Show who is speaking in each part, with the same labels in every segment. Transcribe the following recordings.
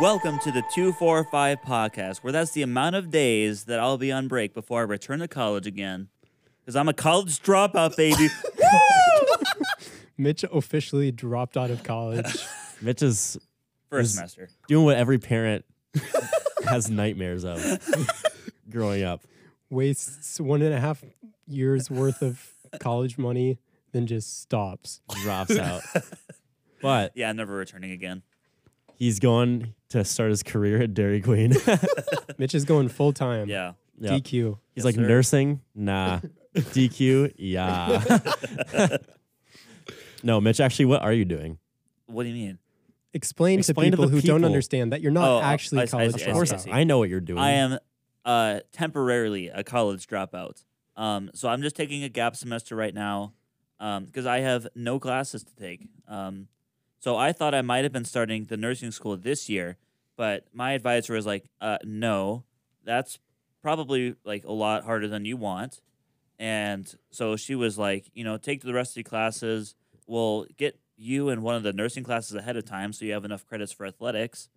Speaker 1: Welcome to the 245 podcast, where that's the amount of days that I'll be on break before I return to college again. Because I'm a college dropout, baby.
Speaker 2: Mitch officially dropped out of college.
Speaker 3: Mitch is
Speaker 1: First semester.
Speaker 3: doing what every parent has nightmares of growing up.
Speaker 2: wastes one and a half years worth of college money, then just stops.
Speaker 3: Drops out. But
Speaker 1: Yeah, never returning again.
Speaker 3: he's going to start his career at Dairy Queen.
Speaker 2: Mitch is going full time.
Speaker 1: Yeah.
Speaker 3: Yeah. He's
Speaker 2: DQ.
Speaker 1: Yes,
Speaker 3: like
Speaker 1: sir.
Speaker 3: nursing? Nah. DQ? Yeah. no, Mitch, actually, what are you doing?
Speaker 1: What do you mean?
Speaker 2: Explain,
Speaker 3: Explain
Speaker 2: to
Speaker 3: to
Speaker 2: people
Speaker 3: the
Speaker 2: who don't
Speaker 3: people.
Speaker 2: understand that you're not
Speaker 1: Oh,
Speaker 2: actually
Speaker 1: I see, I
Speaker 2: college
Speaker 1: see,
Speaker 3: Of course,
Speaker 1: I
Speaker 2: dropout.
Speaker 1: see.
Speaker 3: I know what you're doing.
Speaker 1: I am uh, temporarily a college dropout. Um, so I'm just taking a gap semester right now because I have no classes to take. Um, so I thought I might have been starting the nursing school this year, but my advisor was like, uh, no, that's probably like a lot harder than you want. And so she was like, you know, take the rest of your classes. We'll get you in one of the nursing classes ahead of time so you have enough credits for athletics.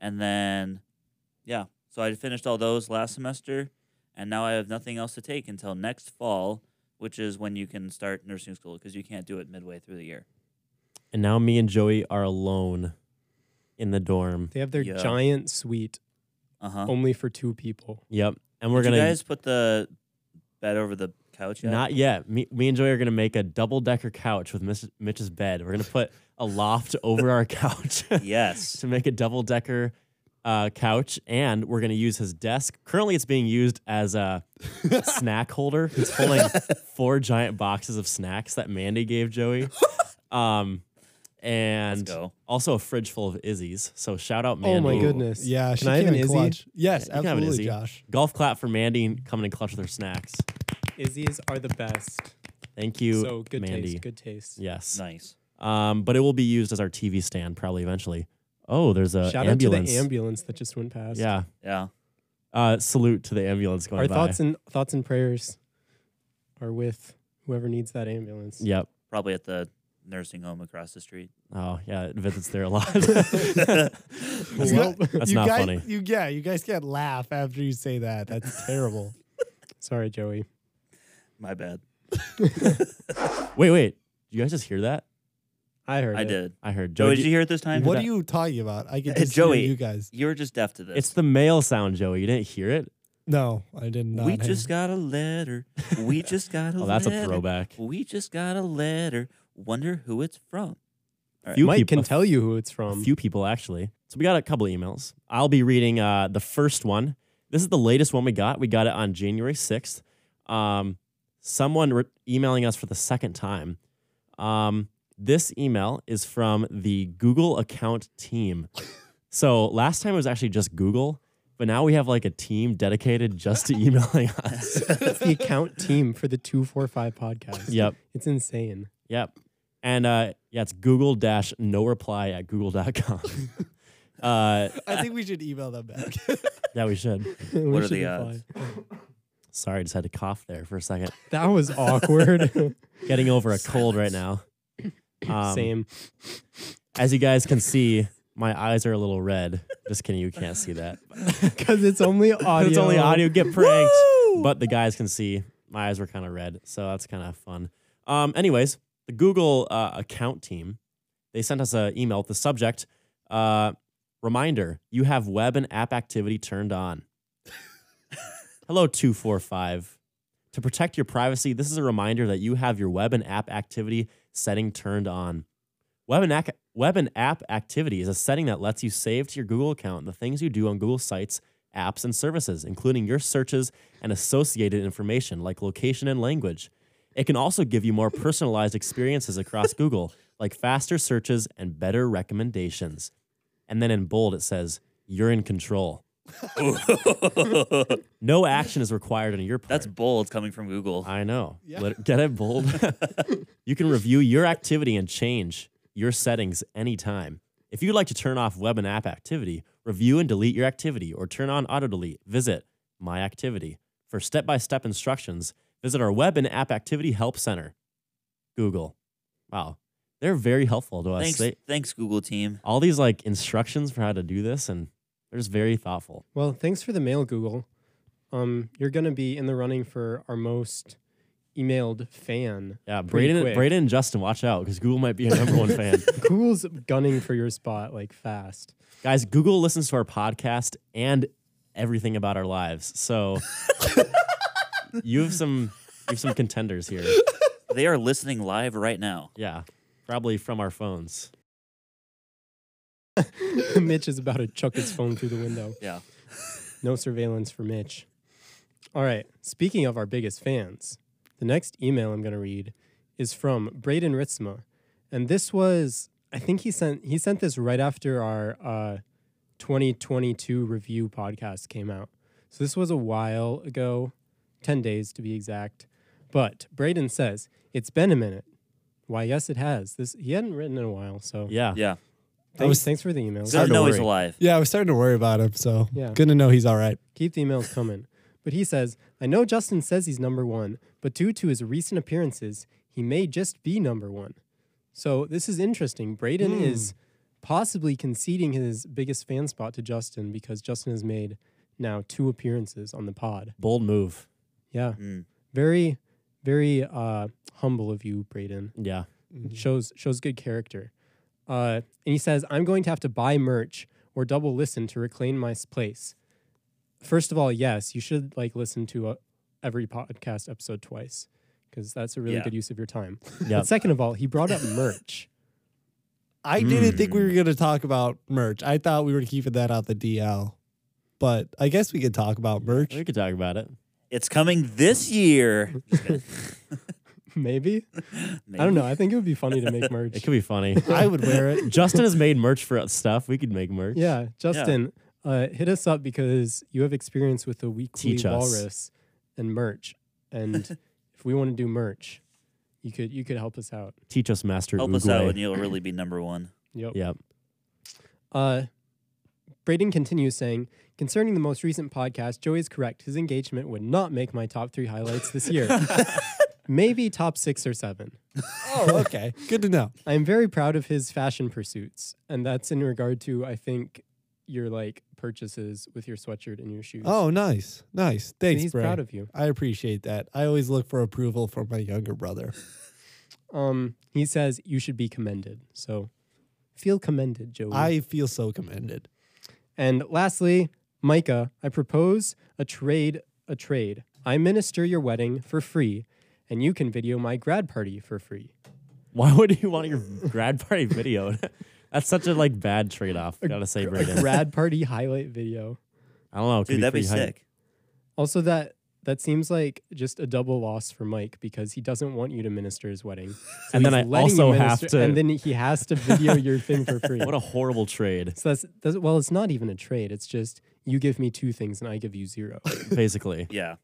Speaker 1: And then, yeah, so I finished all those last semester. And now I have nothing else to take until next fall, which is when you can start nursing school because you can't do it midway through the year.
Speaker 3: And now me and Joey are alone in the dorm.
Speaker 2: They have their
Speaker 1: Yeah.
Speaker 2: giant suite
Speaker 1: Uh huh.
Speaker 2: only for two people.
Speaker 3: Yep. And we're
Speaker 1: Did
Speaker 3: going
Speaker 1: you
Speaker 3: to
Speaker 1: guys put the bed over the couch yet?
Speaker 3: Not yet. Me, me and Joey are gonna make a double decker couch with Miss, Mitch's bed. We're gonna put a loft over our couch
Speaker 1: yes.
Speaker 3: to make a double decker uh, couch, and we're gonna use his desk. Currently, it's being used as a snack holder. He's holding four giant boxes of snacks that Mandy gave Joey, um, and
Speaker 1: Let's go.
Speaker 3: also a fridge full of Izzy's. So shout out Mandy.
Speaker 2: Oh my goodness.
Speaker 4: Yeah, she
Speaker 2: Can I have
Speaker 4: came
Speaker 2: an
Speaker 4: in
Speaker 2: Izzy?
Speaker 4: clutch. Yes,
Speaker 3: Yeah, you can have an
Speaker 4: absolutely,
Speaker 3: Izzy.
Speaker 4: Josh.
Speaker 3: Golf clap for Mandy coming in clutch with her snacks.
Speaker 2: Izzy's are the best.
Speaker 3: Thank you,
Speaker 2: So good
Speaker 3: Mandy.
Speaker 2: taste. Good taste.
Speaker 3: Yes.
Speaker 1: Nice.
Speaker 3: um, but it will be used as our TV stand probably eventually. Oh, there's a
Speaker 2: Shout out
Speaker 3: ambulance.
Speaker 2: to the ambulance that just went past.
Speaker 3: yeah,
Speaker 1: Yeah.
Speaker 3: uh, salute to the ambulance going
Speaker 2: Our
Speaker 3: by.
Speaker 2: thoughts and thoughts and prayers are with whoever needs that ambulance.
Speaker 3: yep.
Speaker 1: Probably at the nursing home across the street.
Speaker 3: Oh yeah, it visits there a lot.
Speaker 4: You
Speaker 2: Well,
Speaker 4: got-
Speaker 3: that's
Speaker 4: you
Speaker 3: not
Speaker 4: guys,
Speaker 3: funny.
Speaker 4: You, yeah, you guys can't laugh after you say that. That's terrible.
Speaker 2: Sorry, Joey.
Speaker 1: My bad.
Speaker 3: wait, wait. Did you guys just hear that?
Speaker 2: I heard.
Speaker 1: I
Speaker 2: it.
Speaker 1: did.
Speaker 3: I heard
Speaker 1: Joey,
Speaker 3: Joey.
Speaker 1: did you hear it this time?
Speaker 3: heard
Speaker 4: what
Speaker 3: that?
Speaker 4: are you talking about? I can
Speaker 1: Hey,
Speaker 4: just hear
Speaker 1: Joey.
Speaker 4: you guys.
Speaker 1: You were just deaf to this.
Speaker 3: it's the mail sound, Joey. You didn't hear it?
Speaker 4: No, I did not.
Speaker 1: we
Speaker 4: hear.
Speaker 1: just got a letter. We just got a
Speaker 3: Oh,
Speaker 1: letter.
Speaker 3: that's a throwback.
Speaker 1: We just got a letter. Wonder who it's from. All right.
Speaker 3: Few
Speaker 2: Mike
Speaker 3: peop-
Speaker 2: can
Speaker 3: a
Speaker 2: tell you who it's from.
Speaker 3: A few people actually. So we got a couple emails. I'll be reading uh, the first one. This is the latest one we got. We got it on January sixth. Um, someone re- emailing us for the second time. Um, this email is from the Google account team. So last time it was actually just Google, but now we have like a team dedicated just to emailing us.
Speaker 2: It's the account team for the 245 podcast.
Speaker 3: yep,
Speaker 2: It's insane.
Speaker 3: yep. And uh, yeah, it's Google dash no reply at google.com. uh,
Speaker 4: I think we should email them back.
Speaker 3: yeah, we should.
Speaker 2: We
Speaker 1: What are
Speaker 2: should
Speaker 1: the
Speaker 2: reply.
Speaker 1: odds?
Speaker 3: Sorry, I just had to cough there for a second.
Speaker 2: That was awkward.
Speaker 3: Getting over a cold right now. Um,
Speaker 2: Same.
Speaker 3: As you guys can see, my eyes are a little red. Just kidding, you can't see that.
Speaker 2: Because it's only audio.
Speaker 3: It's only audio. Get pranked. But the guys can see my eyes were kind of red, so that's kind of fun. Um, anyways, the Google uh, account team they sent us an email with the subject uh, reminder: you have web and app activity turned on. Hello, two four five. To protect your privacy, this is a reminder that you have your web and app activity setting turned on. Web and, ac- web and app activity is a setting that lets you save to your Google account the things you do on Google sites, apps, and services, including your searches and associated information like location and language. It can also give you more personalized experiences across Google, like faster searches and better recommendations. And then in bold, it says, You're in control. No action is required on your part.
Speaker 1: That's bold coming from Google.
Speaker 3: I know.
Speaker 4: Yeah.
Speaker 3: Let- Get it bold. you can review your activity and change your settings anytime. If you'd like to turn off web and app activity, review and delete your activity or turn on auto delete, visit My Activity. For step by step instructions, visit our web and app activity help center. Google. Wow. They're very helpful to us.
Speaker 1: Thanks,
Speaker 3: They,
Speaker 1: thanks, Google team.
Speaker 3: all these like instructions for how to do this, and they're just very thoughtful.
Speaker 2: Well, thanks for the mail, Google. Um, you're gonna be in the running for our most emailed fan.
Speaker 3: Yeah,
Speaker 2: Pretty
Speaker 3: Braden,
Speaker 2: quick.
Speaker 3: Braden and Justin, watch out because Google might be your number one fan.
Speaker 2: Google's gunning for your spot like fast.
Speaker 3: Guys, Google listens to our podcast and everything about our lives. So you have some you have some contenders here.
Speaker 1: They are listening live right now.
Speaker 3: Yeah. Probably from our phones.
Speaker 2: Mitch is about to chuck his phone through the window.
Speaker 1: Yeah.
Speaker 2: No surveillance for Mitch. All right. Speaking of our biggest fans, the next email I'm going to read is from Braden Ritzma, and this was I think he sent he sent this right after our uh, 2022 review podcast came out. So this was a while ago, 10 days to be exact. But Braden says it's been a minute. Why? Yes, it has. This he hadn't written in a while, so
Speaker 3: Yeah.
Speaker 1: Yeah.
Speaker 2: Thanks,
Speaker 4: was-
Speaker 2: thanks for the email.
Speaker 1: Good to
Speaker 3: to
Speaker 1: know he's
Speaker 3: worry.
Speaker 1: alive.
Speaker 4: Yeah, I was starting to worry about him. So
Speaker 2: Yeah.
Speaker 4: good to know he's all right.
Speaker 2: Keep the emails coming. But he says, I know Justin says he's number one, but due to his recent appearances, he may just be number one. So this is interesting. Braden is possibly conceding his biggest fan spot to Justin because Justin has made now two appearances on the pod.
Speaker 3: Bold move.
Speaker 2: Yeah.
Speaker 1: Mm.
Speaker 2: Very, very uh, humble of you, Braden.
Speaker 3: Yeah.
Speaker 4: Mm-hmm.
Speaker 2: Shows shows good character. Uh, and he says, I'm going to have to buy merch or double listen to reclaim my s- place. First of all, yes, you should like listen to uh, every podcast episode twice because that's a really
Speaker 1: Yeah.
Speaker 2: good use of your time.
Speaker 3: Yeah.
Speaker 2: But second of all, he brought up merch.
Speaker 4: I didn't think
Speaker 3: Mm.
Speaker 4: we were going to talk about merch. I thought we were keeping that out the DL, but I guess we could talk about merch.
Speaker 3: We could talk about it.
Speaker 1: It's coming this year.
Speaker 2: Maybe. I don't know. I think it would be funny to make
Speaker 3: It
Speaker 2: merch.
Speaker 3: could be funny.
Speaker 4: I would wear it.
Speaker 3: Justin has made merch for stuff. We could make merch.
Speaker 2: yeah, Justin, Uh, hit us up because you have experience with the weekly
Speaker 3: Teach us.
Speaker 2: walrus and merch, and if we want to do merch, you could you could help us out.
Speaker 3: Teach us master
Speaker 1: Help
Speaker 3: Oogway.
Speaker 1: us out and you'll really be number one.
Speaker 2: Yep.
Speaker 3: Yep.
Speaker 2: Uh, Braden continues saying, concerning the most recent podcast, Joey is correct. His engagement would not make my top three highlights this year. Maybe top six or seven.
Speaker 4: Oh, okay. Good to know.
Speaker 2: I am very proud of his fashion pursuits, and that's in regard to I think your like purchases with your sweatshirt and your shoes.
Speaker 4: Oh, nice. Nice.
Speaker 2: And
Speaker 4: Thanks,
Speaker 2: he's
Speaker 4: Bray.
Speaker 2: proud of you.
Speaker 4: I appreciate that. I always look for approval from my younger brother.
Speaker 2: Um, he says you should be commended. So feel commended, Joey.
Speaker 4: I feel so commended.
Speaker 2: And lastly, Micah, I propose a trade, a trade. I minister your wedding for free, and you can video my grad party for free.
Speaker 3: Why would you want your grad party video? That's such a like bad trade off. Gotta say, Braden.
Speaker 2: Grad party highlight video.
Speaker 3: I don't know. it could
Speaker 1: Dude, that'd be
Speaker 3: pretty hype.
Speaker 1: sick.
Speaker 2: Also, that that seems like just a double loss for Mike because he doesn't want you to minister his wedding. So
Speaker 3: And then
Speaker 2: he's
Speaker 3: I
Speaker 2: letting you
Speaker 3: also have
Speaker 2: minister-
Speaker 3: to-
Speaker 2: and then he has to video your thing for free.
Speaker 3: What a horrible trade,
Speaker 2: so that's, that's well, it's not even a trade. It's just you give me two things and I give you zero.
Speaker 3: basically.
Speaker 1: Yeah.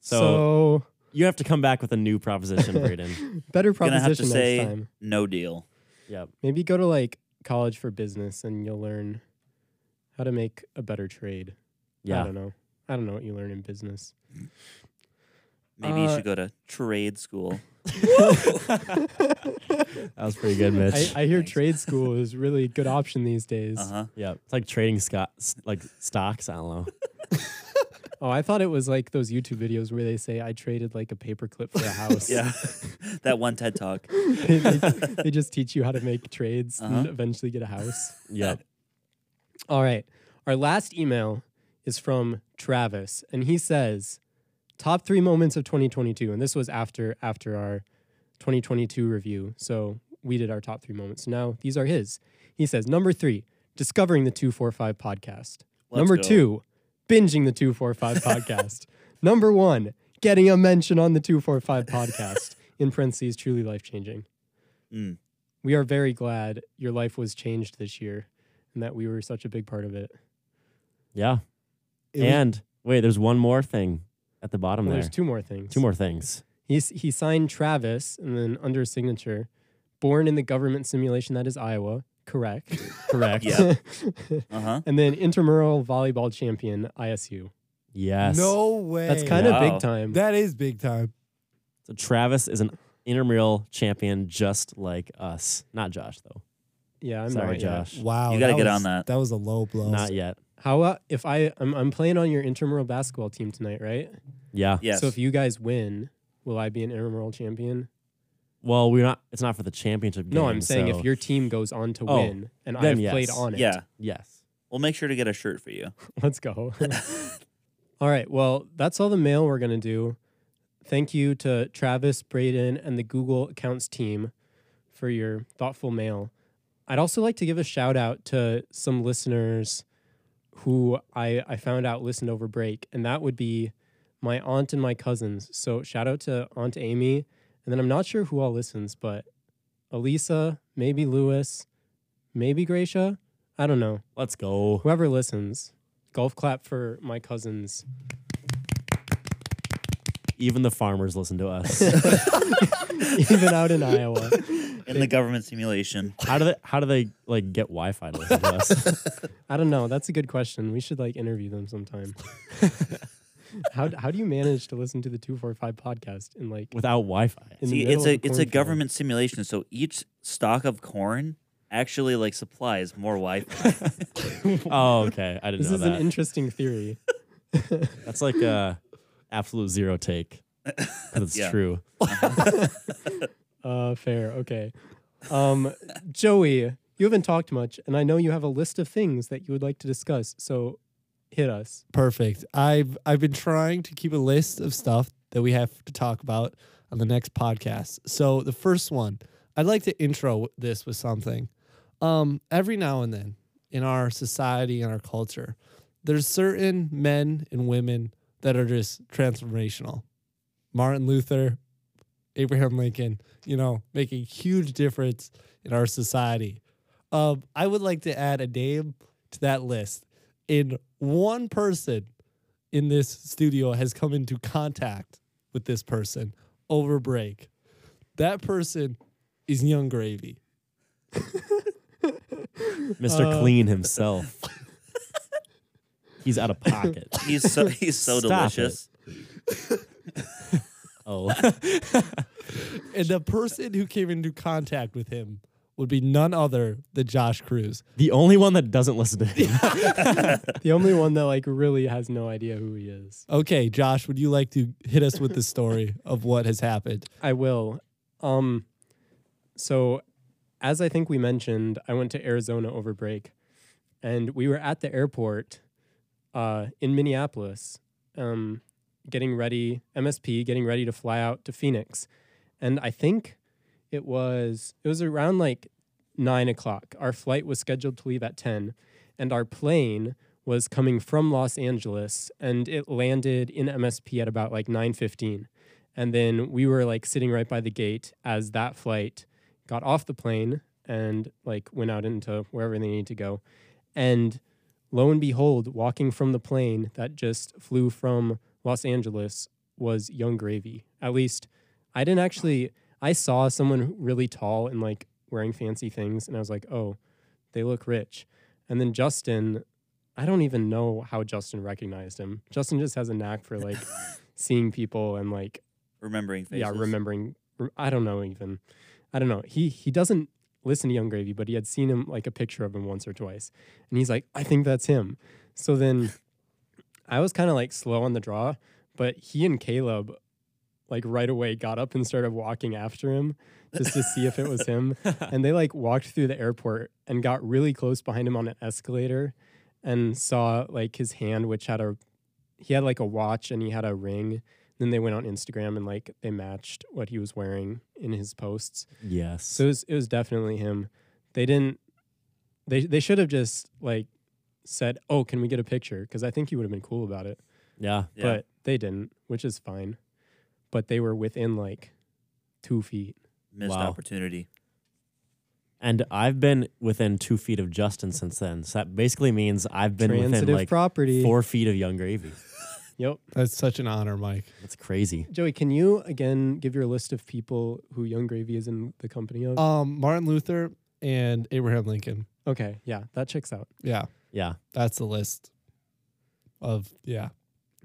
Speaker 3: So,
Speaker 2: so
Speaker 3: you have to come back with a new proposition, Braden.
Speaker 2: better
Speaker 1: Gonna
Speaker 2: proposition
Speaker 1: have to
Speaker 2: next
Speaker 1: say
Speaker 2: time.
Speaker 1: no deal.
Speaker 3: yep.
Speaker 2: Maybe go to like college for business and you'll learn how to make a better trade. I
Speaker 3: Yeah.
Speaker 2: don't know. I don't know what you learn in business.
Speaker 1: Maybe you
Speaker 2: Uh,
Speaker 1: should go to trade school.
Speaker 3: That was pretty good, Mitch.
Speaker 2: I, I hear
Speaker 1: Thanks.
Speaker 2: trade school is really a good option these days.
Speaker 1: Uh huh.
Speaker 3: yeah. It's like trading Scott, like stocks. I don't know.
Speaker 2: Oh, I thought it was like those YouTube videos where they say I traded like a paperclip for a house.
Speaker 1: Yeah. that one TED talk.
Speaker 2: they, they- they just teach you how to make trades and
Speaker 1: Uh-huh.
Speaker 2: eventually get a house.
Speaker 3: Yep.
Speaker 2: All right. Our last email is from Travis, and he says, "Top three moments of 2022." And this was after after our 2022 review, so we did our top three moments. Now these are his. He says, "Number three, discovering the 245 podcast.
Speaker 1: Let's
Speaker 2: Number
Speaker 1: go.
Speaker 2: two, binging the 245 podcast. Number one, getting a mention on the 245 podcast. In parentheses, truly life changing.
Speaker 1: Mm.
Speaker 2: We are very glad your life was changed this year." And that we were such a big part of it.
Speaker 3: Yeah.
Speaker 4: It was-
Speaker 3: and wait, there's one more thing at the bottom
Speaker 2: Well,
Speaker 3: there.
Speaker 2: Oh, there's two more things.
Speaker 3: two more things.
Speaker 2: He s- he signed Travis, and then under his signature, born in the government simulation that is Iowa. Correct.
Speaker 3: Correct.
Speaker 1: Yeah. Uh huh.
Speaker 2: and then intramural volleyball champion ISU.
Speaker 3: Yes.
Speaker 4: No way.
Speaker 2: That's kind of
Speaker 1: Wow.
Speaker 2: big time.
Speaker 4: That is big time.
Speaker 3: So Travis is an intramural champion just like us. Not Josh, though.
Speaker 2: Yeah, I'm
Speaker 3: Sorry,
Speaker 2: not yet.
Speaker 3: Josh.
Speaker 4: Wow.
Speaker 1: You gotta
Speaker 4: that
Speaker 1: get
Speaker 4: was-
Speaker 1: on that.
Speaker 4: That was a low blow.
Speaker 3: Not yet.
Speaker 2: How uh, if I I'm, I'm playing on your intramural basketball team tonight, right?
Speaker 3: Yeah.
Speaker 1: Yes.
Speaker 2: So if you guys win, will I be an intramural champion?
Speaker 3: Well, we're not. It's not for the championship game.
Speaker 2: No, I'm saying
Speaker 3: so-
Speaker 2: if your team goes on to
Speaker 3: Oh,
Speaker 2: win and
Speaker 3: then
Speaker 2: I've played
Speaker 3: yes.
Speaker 2: on it,
Speaker 1: yeah,
Speaker 3: yes.
Speaker 1: we'll make sure to get a shirt for you.
Speaker 2: let's go. all right. Well, that's all the mail we're gonna do. Thank you to Travis, Braden, and the Google Accounts team for your thoughtful mail. I'd also like to give a shout out to some listeners who I, I found out listened over break, and that would be my aunt and my cousins. So shout out to Aunt Amy, and then I'm not sure who all listens, but Elisa, maybe Lewis, maybe Gracia. I don't know.
Speaker 3: Let's go.
Speaker 2: Whoever listens, golf clap for my cousins.
Speaker 3: Even the farmers listen to us.
Speaker 2: even out in Iowa.
Speaker 1: In the government simulation,
Speaker 3: how do they? How do they like get Wi-Fi to listen to us?
Speaker 2: I don't know. That's a good question. We should like interview them sometime. how, d- how do you manage to listen to the 245 podcast in like
Speaker 3: without Wi-Fi?
Speaker 2: in
Speaker 1: see,
Speaker 2: the middle
Speaker 1: it's
Speaker 2: of
Speaker 1: a it's
Speaker 2: the
Speaker 1: a
Speaker 2: cornfield?
Speaker 1: government simulation. So each stalk of corn actually like supplies more Wi-Fi.
Speaker 3: Oh, okay. I didn't
Speaker 2: This
Speaker 3: know
Speaker 2: is
Speaker 3: that.
Speaker 2: an interesting theory.
Speaker 3: That's like a absolute zero take. 'Cause It's
Speaker 1: Yeah.
Speaker 3: true.
Speaker 2: Uh, fair. Okay. Um, Joey, you haven't talked much, and I know you have a list of things that you would like to discuss. So hit us.
Speaker 4: Perfect. I've I've been trying to keep a list of stuff that we have to talk about on the next podcast. So the first one, I'd like to intro this with something. Um, every now and then in our society and our culture, there's certain men and women that are just transformational. Martin Luther, Abraham Lincoln, you know, making huge difference in our society. Um, I would like to add a name to that list. In one person in this studio has come into contact with this person over break. That person is Young Gravy.
Speaker 3: Mr.
Speaker 2: Uh.
Speaker 3: Clean himself. He's out of pocket.
Speaker 1: he's so he's so
Speaker 3: Stop it.
Speaker 1: delicious.
Speaker 3: Oh.
Speaker 4: And the person who came into contact with him would be none other than Josh Cruz.
Speaker 3: the only one that doesn't listen to him.
Speaker 2: The only one that like really has no idea who he is.
Speaker 4: Okay, Josh, would you like to hit us with the story of what has happened?
Speaker 2: I will. Um, so, as I think we mentioned, I went to Arizona over break, and we were at the airport uh, in Minneapolis, um, getting ready, MSP, getting ready to fly out to Phoenix, and I think it was it was around like nine o'clock. Our flight was scheduled to leave at ten, and our plane was coming from Los Angeles, and it landed in MSP at about like nine fifteen. And then we were like sitting right by the gate as that flight got off the plane and like went out into wherever they needed to go. And lo and behold, walking from the plane that just flew from Los Angeles was Young Gravy. At least I didn't actually, I saw someone really tall and like wearing fancy things. And I was like, oh, they look rich. And then Justin, I don't even know how Justin recognized him. Justin just has a knack for like seeing people and like
Speaker 1: Remembering faces.
Speaker 2: yeah, remembering. re- I don't know even. I don't know. He he doesn't listen to Young Gravy, but he had seen him like a picture of him once or twice, and he's like, I think that's him. So then, I was kind of like slow on the draw, but he and Caleb, like right away, got up and started walking after him just to see if it was him, and they like walked through the airport and got really close behind him on an escalator, and saw like his hand, which had a he had like a watch and he had a ring then they went on Instagram and like they matched what he was wearing in his posts.
Speaker 3: yes.
Speaker 2: So it was, it was definitely him. They didn't. They they should have just like said, "Oh, can we get a picture?" Because I think he would have been cool about it.
Speaker 3: yeah.
Speaker 1: Yeah.
Speaker 2: But they didn't, which is fine. But they were within like two feet.
Speaker 1: missed
Speaker 3: Wow.
Speaker 1: opportunity.
Speaker 3: And I've been within two feet of Justin since then. So that basically means I've been within
Speaker 2: Transitive
Speaker 3: like
Speaker 2: property.
Speaker 3: four feet of Young Gravy.
Speaker 2: Yep.
Speaker 4: That's such an honor, Mike.
Speaker 3: That's crazy.
Speaker 2: Joey, can you again give your list of people who Young Gravy is in the company
Speaker 3: Uh,
Speaker 2: of?
Speaker 4: Um, Martin Luther and Abraham Lincoln.
Speaker 2: okay, yeah, that checks out.
Speaker 4: Yeah,
Speaker 3: Yeah.
Speaker 4: that's the list of, yeah.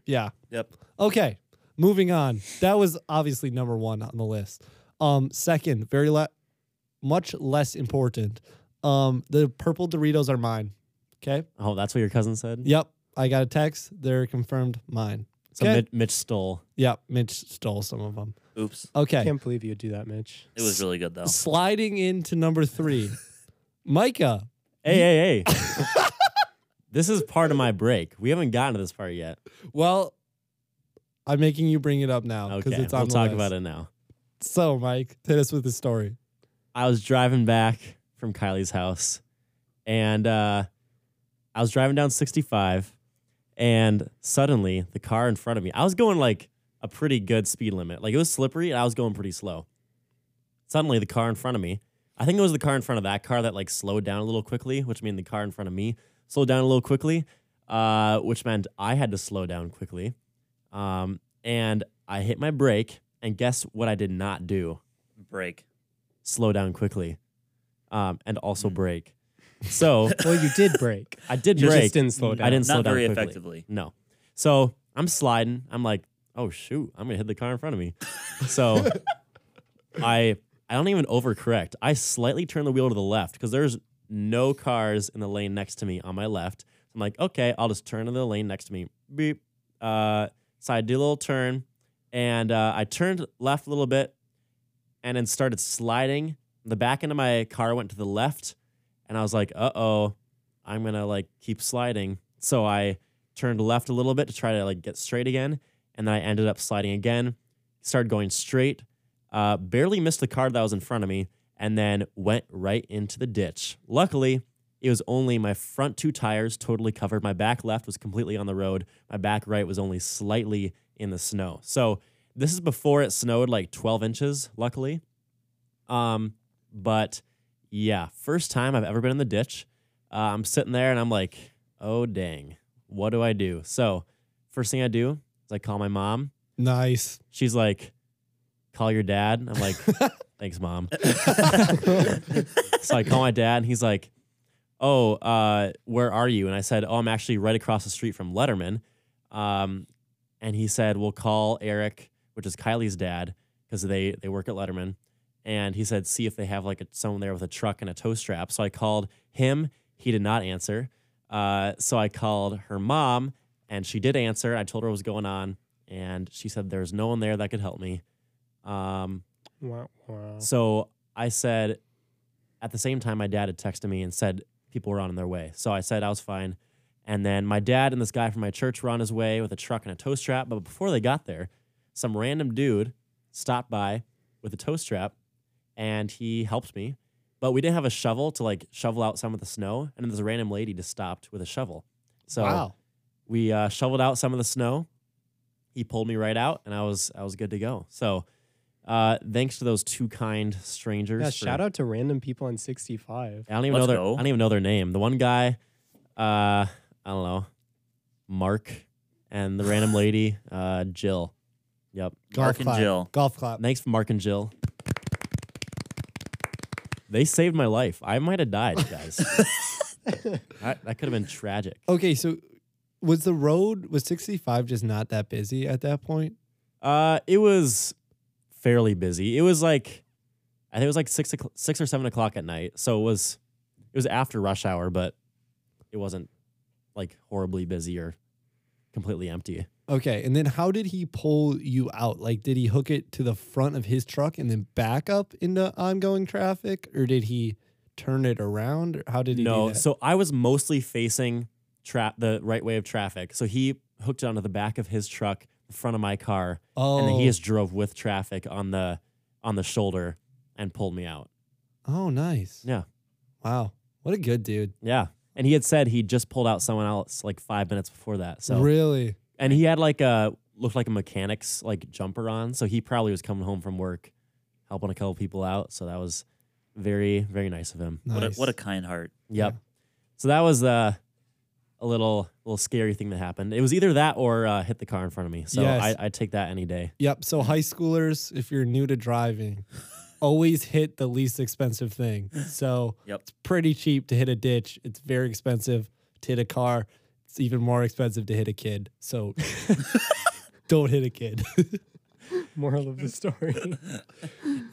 Speaker 4: Yeah.
Speaker 1: Yep.
Speaker 4: Okay, moving on. That was obviously number one on the list. Um, second, very le- much less important. Um, the purple Doritos are mine. Okay.
Speaker 3: Oh, that's what your cousin said.
Speaker 4: Yep. I got a text. They're confirmed mine.
Speaker 3: So
Speaker 4: okay.
Speaker 3: Mitch, Mitch stole.
Speaker 4: Yep. Mitch stole some of them.
Speaker 1: Oops.
Speaker 4: Okay.
Speaker 2: Can't believe you would do that, Mitch.
Speaker 1: It was really good though.
Speaker 4: Sliding into number three, Micah.
Speaker 3: Hey, hey, hey. this is part of my break. We haven't gotten to this part yet.
Speaker 4: Well, I'm making you bring it up now because
Speaker 3: Okay,
Speaker 4: it's on
Speaker 3: we'll
Speaker 4: the
Speaker 3: talk
Speaker 4: list.
Speaker 3: about it now.
Speaker 4: So, Mike, hit us with the story.
Speaker 3: I was driving back from Kylie's house, and uh, I was driving down 65, and suddenly the car in front of me, I was going like a pretty good speed limit. Like it was slippery, and I was going pretty slow. Suddenly, the car in front of me, I think it was the car in front of that car that like slowed down a little quickly, which meant the car in front of me slowed down a little quickly, uh, which meant I had to slow down quickly. Um, and I hit my brake, and guess what I did not do?
Speaker 1: Break.
Speaker 3: slow down quickly, um, and also
Speaker 1: Mm.
Speaker 3: brake. So
Speaker 2: Well, you did break.
Speaker 3: I did
Speaker 2: You
Speaker 3: brake.
Speaker 2: Hmm. just didn't slow down.
Speaker 3: I didn't slow
Speaker 1: Mm. Not
Speaker 3: down
Speaker 1: very
Speaker 3: quickly.
Speaker 1: effectively.
Speaker 3: No. So I'm sliding. I'm like, oh shoot, I'm gonna hit the car in front of me. So I I don't even overcorrect. I slightly turn the wheel to the left because there's no cars in the lane next to me on my left. I'm like, okay, I'll just turn to the lane next to me. Beep. Uh, so I did a little turn, and uh, I turned left a little bit, and then started sliding. The back end of my car went to the left, and I was like, uh oh, I'm gonna like keep sliding. So I turned left a little bit to try to like get straight again, and then I ended up sliding again. Started going straight, uh, barely missed the car that was in front of me, and then went right into the ditch. Luckily, it was only my front two tires totally covered. My back left was completely on the road. My back right was only slightly in the snow. So this is before it snowed like 12 inches, luckily. Um, but yeah, first time I've ever been in the ditch. Uh, I'm sitting there and I'm like, oh dang, what do I do? So first thing I do is I call my mom.
Speaker 4: Nice.
Speaker 3: She's like, call your dad. I'm like, thanks, mom. so I call my dad and he's like, oh, uh, where are you? And I said, oh, I'm actually right across the street from Letterman. Um, and he said, we'll call Eric, which is Kylie's dad, because they, they work at Letterman. And he said, see if they have like a, someone there with a truck and a tow strap. So I called him. He did not answer. Uh, so I called her mom and she did answer. I told her what was going on. And she said, there's no one there that could help me. Um,
Speaker 2: Wow, wow.
Speaker 3: so I said, at the same time, my dad had texted me and said people were on their way. So I said I was fine. And then my dad and this guy from my church were on his way with a truck and a tow strap. But before they got there, some random dude stopped by with a tow strap and he helped me. But we didn't have a shovel to like shovel out some of the snow. And then this random lady just stopped with a shovel. So
Speaker 4: wow.
Speaker 3: we uh, shoveled out some of the snow. He pulled me right out, and I was I was good to go. So, uh, thanks to those two kind strangers.
Speaker 2: Yeah,
Speaker 3: for-
Speaker 2: shout out to random people on 65.
Speaker 3: I don't even
Speaker 1: Let's
Speaker 3: know their
Speaker 1: go.
Speaker 3: I don't even know their name. The one guy, uh, I don't know, Mark, and the random lady, uh, Jill. Yep.
Speaker 1: Mark and
Speaker 4: clap.
Speaker 1: Jill.
Speaker 4: Golf clap.
Speaker 3: Thanks for Mark and Jill. They saved my life. I might have died, guys. that, that could have been tragic.
Speaker 4: Okay, so was the road was 65 just not that busy at that point?
Speaker 3: Uh, it was fairly busy. It was like, I think it was like six o'clock, six or seven o'clock at night. So it was, it was after rush hour, but it wasn't like horribly busy or completely empty.
Speaker 4: Okay, and then how did he pull you out? Like, did he hook it to the front of his truck and then back up into ongoing traffic, or did he turn it around? Or how did he?
Speaker 3: No,
Speaker 4: do that?
Speaker 3: so I was mostly facing tra- the right way of traffic. So he hooked it onto the back of his truck, the front of my car,
Speaker 4: oh,
Speaker 3: and then he just drove with traffic on the on the shoulder and pulled me out.
Speaker 4: oh, nice.
Speaker 3: Yeah.
Speaker 4: Wow, what a good dude.
Speaker 3: Yeah. And he had said he just pulled out someone else like five minutes before that. So
Speaker 4: really,
Speaker 3: And he had like a looked like a mechanic's like jumper on, so he probably was coming home from work, helping a couple people out. So that was very very nice of him.
Speaker 1: What a,
Speaker 4: Nice.
Speaker 1: what a kind heart.
Speaker 3: Yep. So that was uh, a little little scary thing that happened. It was either that or uh, hit the car in front of me. So I
Speaker 4: Yes.
Speaker 3: I take that any day.
Speaker 4: Yep. So high schoolers, if you're new to driving, always hit the least expensive thing. So
Speaker 1: Yep.
Speaker 4: it's pretty cheap to hit a ditch. It's very expensive to hit a car. It's even more expensive to hit a kid. So don't hit a kid.
Speaker 2: Moral of the story.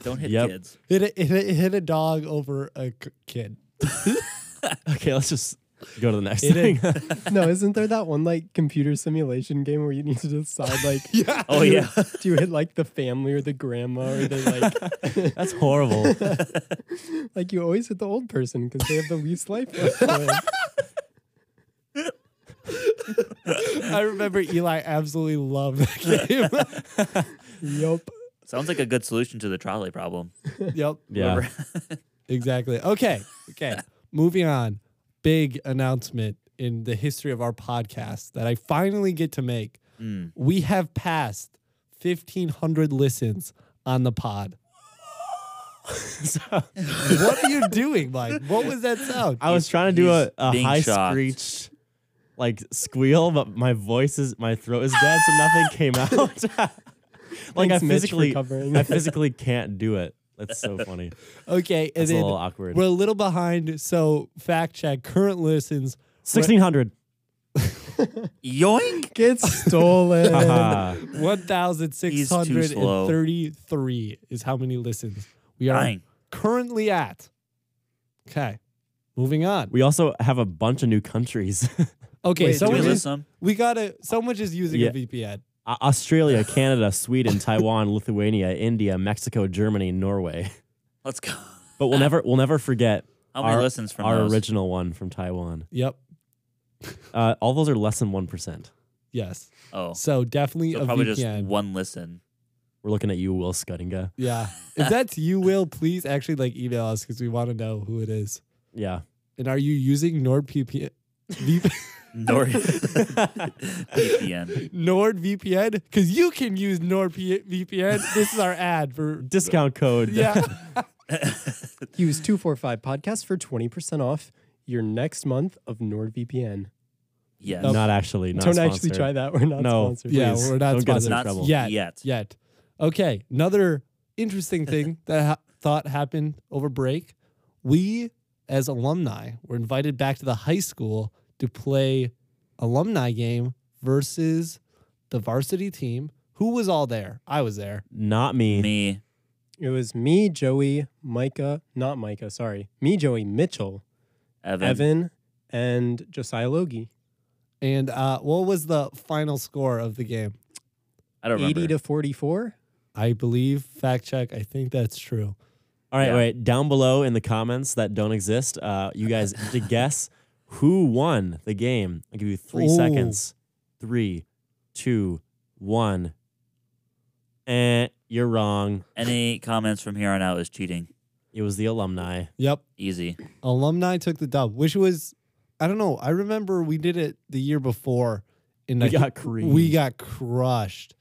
Speaker 1: Don't hit
Speaker 3: Yep.
Speaker 1: kids.
Speaker 4: Hit a, hit, a, hit a dog over a c- kid.
Speaker 3: Okay, let's just go to the next
Speaker 4: It
Speaker 3: thing.
Speaker 2: no, isn't there that one like computer simulation game where you need to decide like
Speaker 4: Yeah.
Speaker 1: Oh yeah.
Speaker 2: do you hit like the family or the grandma or the like
Speaker 3: That's horrible.
Speaker 2: like you always hit the old person because they have the least life left. to live.
Speaker 4: I remember Eli absolutely loved that game.
Speaker 2: yup.
Speaker 1: Sounds like a good solution to the trolley problem.
Speaker 4: yep.
Speaker 3: yeah.
Speaker 1: Remember-
Speaker 4: Exactly. Okay. Okay. Moving on. Big announcement in the history of our podcast that I finally get to make.
Speaker 1: Mm.
Speaker 4: We have passed 1,500 listens on the pod.
Speaker 3: So-
Speaker 4: what are you doing, Mike? What was that sound?
Speaker 3: I was
Speaker 1: He's-
Speaker 3: trying to do a,
Speaker 1: he's
Speaker 3: a
Speaker 1: being
Speaker 3: high
Speaker 1: shocked.
Speaker 3: screech, like squeal, but my voice is my throat is dead, so nothing came out. like I
Speaker 2: Thanks, Mitch, for
Speaker 3: physically,
Speaker 2: covering.
Speaker 3: I physically can't do it. That's so funny.
Speaker 4: Okay. And
Speaker 3: It's a
Speaker 4: then
Speaker 3: little awkward.
Speaker 4: we're a little behind. So, fact check current listens.
Speaker 3: Sixteen hundred.
Speaker 1: Yoink!
Speaker 2: Gets stolen.
Speaker 1: slow.
Speaker 4: 1,633 is how many listens we are
Speaker 1: Dang.
Speaker 4: currently at. Okay. Moving on.
Speaker 3: we also have a bunch of new countries:
Speaker 4: Okay,
Speaker 1: Do
Speaker 2: Wait, Don't
Speaker 1: we
Speaker 4: someone
Speaker 2: we-
Speaker 1: list
Speaker 4: is,
Speaker 1: some?
Speaker 4: we gotta someone just using
Speaker 3: Yeah.
Speaker 4: a VPN.
Speaker 3: A- Australia, Canada, Sweden, Taiwan, Lithuania, India, Mexico, Germany, Norway.
Speaker 1: Let's go.
Speaker 3: But we'll never, we'll never forget
Speaker 1: How many
Speaker 3: Our-
Speaker 1: listens Ah. from
Speaker 3: our
Speaker 1: those?
Speaker 3: original one from Taiwan.
Speaker 4: Yep.
Speaker 3: Uh, all those are less than one percent.
Speaker 4: Yes.
Speaker 1: Oh, so
Speaker 4: So definitely a
Speaker 1: probably
Speaker 4: VPN.
Speaker 1: just one listen.
Speaker 3: We're looking at you, Will Scuddinga.
Speaker 4: yeah. If that's you, Will, please actually like email us because we want to know who it is.
Speaker 3: Yeah.
Speaker 4: And are you using NordVPN?
Speaker 1: Nor VPN.
Speaker 4: NordVPN? Because you can use NordVPN. This is our ad for
Speaker 3: Discount code.
Speaker 4: yeah.
Speaker 2: Use 245 podcast for 20% off your next month of NordVPN.
Speaker 1: Yes.
Speaker 4: Nope.
Speaker 3: Not actually. Not
Speaker 2: Don't actually
Speaker 3: sponsored.
Speaker 2: try that. We're not
Speaker 3: No.
Speaker 2: sponsored.
Speaker 4: Yeah,
Speaker 3: Please,
Speaker 4: we're not
Speaker 3: don't get us in
Speaker 4: sponsored.
Speaker 1: Not
Speaker 3: trouble.
Speaker 4: Yeah.
Speaker 1: yet.
Speaker 4: yet. Okay, another interesting thing that ha- thought happened over break. We, as alumni, were invited back to the high school to play alumni game versus the varsity team. Who was all there? I was there.
Speaker 3: Not me.
Speaker 1: Me.
Speaker 2: It was me, Joey, Micah, not Micah, sorry. Me, Joey, Mitchell,
Speaker 1: Evan.
Speaker 2: Evan, and Josiah Logie.
Speaker 4: And uh, what was the final score of the game?
Speaker 1: I don't
Speaker 2: 80
Speaker 1: remember.
Speaker 2: to 44.
Speaker 4: I believe fact check. I think that's true.
Speaker 3: All right,
Speaker 1: Yeah.
Speaker 3: wait. Down below in the comments that don't exist, uh, you guys have to guess who won the game. I'll give you three
Speaker 4: Ooh.
Speaker 3: seconds. Three, two, one. And you're wrong.
Speaker 1: Any comments from here on out is cheating.
Speaker 3: It was the alumni.
Speaker 4: Yep.
Speaker 1: Easy.
Speaker 4: Alumni took the dub, which was, I don't know. I remember we did it the year before. And
Speaker 3: We
Speaker 4: I-
Speaker 3: got creamed.
Speaker 4: We got crushed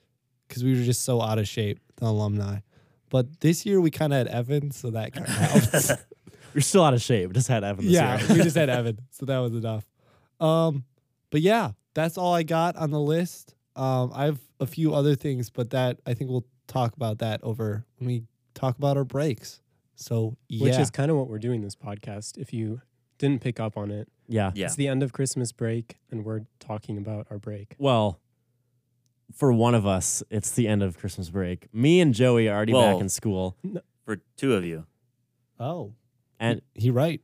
Speaker 4: because we were just so out of shape, the alumni. But this year we kind of had Evan, so that kind of helped.
Speaker 3: You're still out of shape. Just had Evan this
Speaker 4: yeah,
Speaker 3: year.
Speaker 4: we just had Evan, so that was enough. Um, but yeah, that's all I got on the list. Um, I have a few other things, but that I think we'll talk about that over when we talk about our breaks. So yeah,
Speaker 2: which is kind of what we're doing this podcast. If you didn't pick up on it,
Speaker 3: Yeah.
Speaker 1: Yeah.
Speaker 2: it's the end of Christmas break, and we're talking about our break.
Speaker 3: Well, for one of us, it's the end of Christmas break. Me and Joey are already
Speaker 1: Well.
Speaker 3: back in school.
Speaker 1: For two of you.
Speaker 4: oh,
Speaker 3: And
Speaker 4: he right.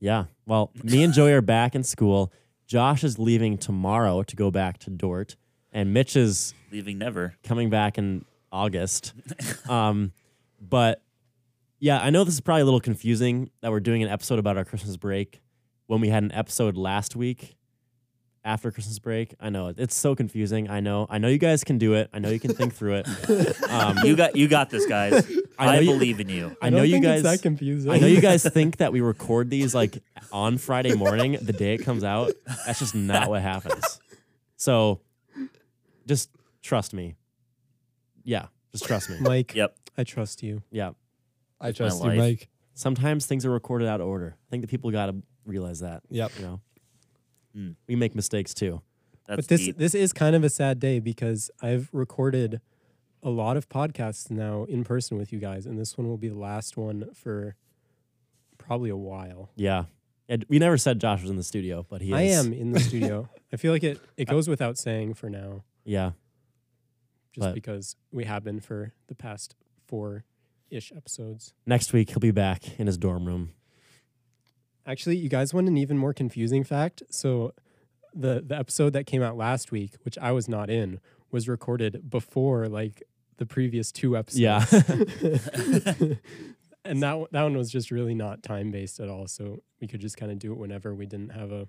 Speaker 3: Yeah. Well, me and Joey are back in school. Josh is leaving tomorrow to go back to Dort, and Mitch is
Speaker 1: Leaving never.
Speaker 3: coming back in August. Um, but yeah, I know this is probably a little confusing that we're doing an episode about our Christmas break when we had an episode last week after Christmas break. I know it's so confusing. I know. I know you guys can do it. I know you can think through it. Um,
Speaker 1: You got you got this, guys.
Speaker 3: I
Speaker 1: I,
Speaker 3: know you-
Speaker 1: believe in you.
Speaker 3: I know you guys.
Speaker 2: that confusing.
Speaker 3: I know you guys think that we record these like on Friday morning, the day it comes out. That's just not what happens. So just trust me. Yeah, just trust me.
Speaker 2: Mike.
Speaker 1: Yep.
Speaker 2: I trust you.
Speaker 3: Yeah.
Speaker 4: I trust you,
Speaker 1: life.
Speaker 4: Mike.
Speaker 3: Sometimes things are recorded out of order. I think the people got to realize that,
Speaker 4: Yep.
Speaker 3: you know.
Speaker 1: Mm.
Speaker 3: We make mistakes too.
Speaker 1: That's
Speaker 2: but this
Speaker 1: deep.
Speaker 2: this is kind of a sad day because I've recorded a lot of podcasts now in person with you guys, and this one will be the last one for probably a while.
Speaker 3: Yeah. And we never said Josh was in the studio, but he is.
Speaker 2: I am in the studio. I feel like it it goes without saying for now.
Speaker 3: Yeah.
Speaker 2: just
Speaker 3: But-
Speaker 2: because we have been for the past four ish episodes.
Speaker 3: Next week, he'll be back in his dorm room.
Speaker 2: Actually, you guys want an even more confusing fact. So, the the episode that came out last week, which I was not in, was recorded before like the previous two episodes.
Speaker 3: Yeah.
Speaker 2: and that one- that one was just really not time based at all. So we could just kind of do it whenever we didn't have a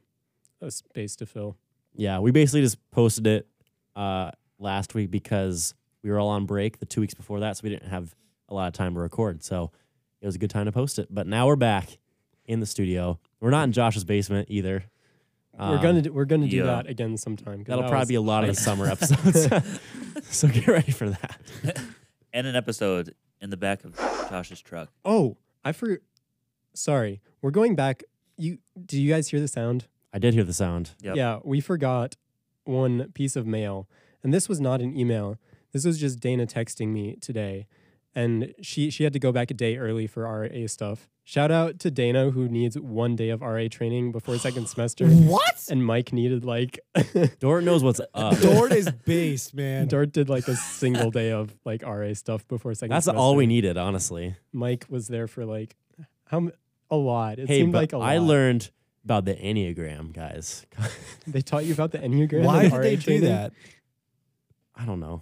Speaker 2: a space to fill.
Speaker 3: Yeah, we basically just posted it uh, last week because we were all on break the two weeks before that, so we didn't have a lot of time to record. So it was a good time to post it. But now we're back in the studio. We're not in Josh's basement either.
Speaker 2: we're
Speaker 3: Um,
Speaker 2: gonna do, we're gonna do
Speaker 1: yeah.
Speaker 2: that again sometime. 'cause
Speaker 3: That'll
Speaker 2: that
Speaker 3: probably
Speaker 2: was-
Speaker 3: be a lot of the summer episodes. so get ready for that.
Speaker 1: and an episode in the back of Josh's truck.
Speaker 2: Oh, I for sorry. We're going back. You do you guys hear the sound?
Speaker 3: I did hear the sound.
Speaker 1: Yep.
Speaker 2: Yeah, we forgot one piece of mail. And this was not an email. This was just Dana texting me today. And she she had to go back a day early for RA stuff. Shout out to Dana who needs one day of RA training before second semester.
Speaker 4: What?
Speaker 2: And Mike needed like
Speaker 3: Dort knows what's up.
Speaker 4: Dort is based, man.
Speaker 2: Dart did like a single day of like RA stuff before second
Speaker 3: That's
Speaker 2: semester.
Speaker 3: all we needed, honestly.
Speaker 2: Mike was there for like how m- a lot. It
Speaker 3: hey,
Speaker 2: seemed
Speaker 3: but
Speaker 2: like a lot.
Speaker 3: I learned about the Enneagram, guys.
Speaker 2: They taught you about the Enneagram.
Speaker 4: Why
Speaker 2: in
Speaker 4: did
Speaker 2: RA
Speaker 4: they do
Speaker 2: training?
Speaker 4: that?
Speaker 3: I don't know.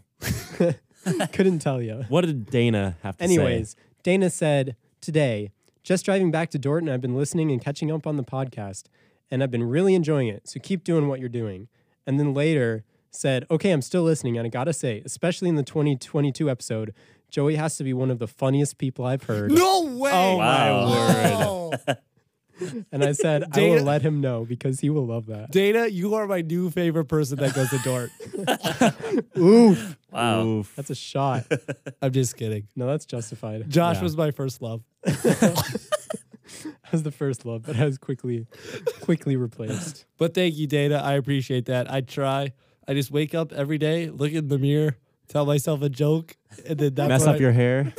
Speaker 2: Couldn't tell you.
Speaker 3: What did Dana have to say?
Speaker 2: Anyways, Dana said today, just driving back to Dorton, I've been listening and catching up on the podcast, and I've been really enjoying it. So keep doing what you're doing. And then later said, okay, I'm still listening, and I gotta say, especially in the 2022 episode, Joey has to be one of the funniest people I've heard.
Speaker 4: No way.
Speaker 2: Oh,
Speaker 1: Wow.
Speaker 4: Wow.
Speaker 2: And I said, I
Speaker 4: Dana-
Speaker 2: will let him know because he will love that.
Speaker 4: Dana, you are my new favorite person that goes to Dort.
Speaker 2: Oof,
Speaker 1: Wow.
Speaker 3: Oof.
Speaker 2: that's a shot.
Speaker 4: I'm just kidding.
Speaker 2: No, that's justified.
Speaker 4: Josh
Speaker 3: Yeah.
Speaker 4: was my first love.
Speaker 2: That was the first love, but I was quickly, quickly replaced.
Speaker 4: But thank you, Dana. I appreciate that. I try. I just wake up every day, look in the mirror, tell myself a joke, and then that's
Speaker 3: mess up
Speaker 4: what I-
Speaker 3: your hair.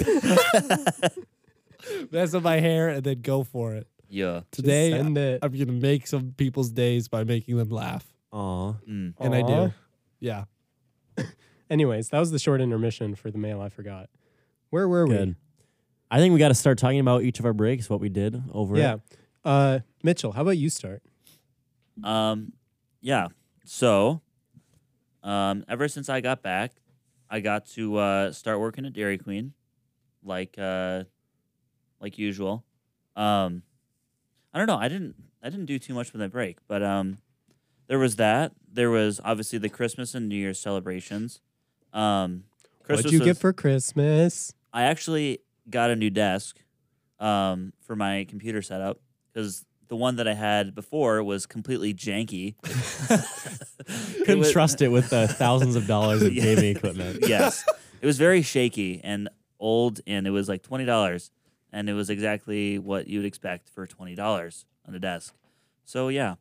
Speaker 4: mess up my hair, and then go for it.
Speaker 1: Yeah.
Speaker 4: Today,
Speaker 2: Just send it.
Speaker 4: I'm gonna make some people's days by making them laugh,
Speaker 3: Aw.
Speaker 1: Mm.
Speaker 4: and I
Speaker 2: Aw.
Speaker 4: do. Yeah.
Speaker 2: Anyways, that was the short intermission for the mail. I forgot. Where were we?
Speaker 3: Good. I think we got to start talking about each of our breaks, what we did over. it.
Speaker 2: Yeah. Uh, Mitchell, how about you start?
Speaker 1: Um, yeah. So, um, ever since I got back, I got to uh, start working at Dairy Queen, like uh, like usual. Um, I don't know. I didn't. I didn't do too much with my break, but um, there was that. There was obviously the Christmas and New Year's celebrations. Um, Christmas
Speaker 2: What'd you get
Speaker 1: was-
Speaker 2: for Christmas?
Speaker 1: I actually got a new desk um, for my computer setup because the one that I had before was completely janky. It
Speaker 3: Couldn't
Speaker 1: was-
Speaker 3: trust it with the thousands of dollars of
Speaker 1: Yeah.
Speaker 3: gaming equipment.
Speaker 1: Yes, it was very shaky and old, and it was like twenty dollars, and it was exactly what you'd expect for twenty dollars on a desk. So yeah,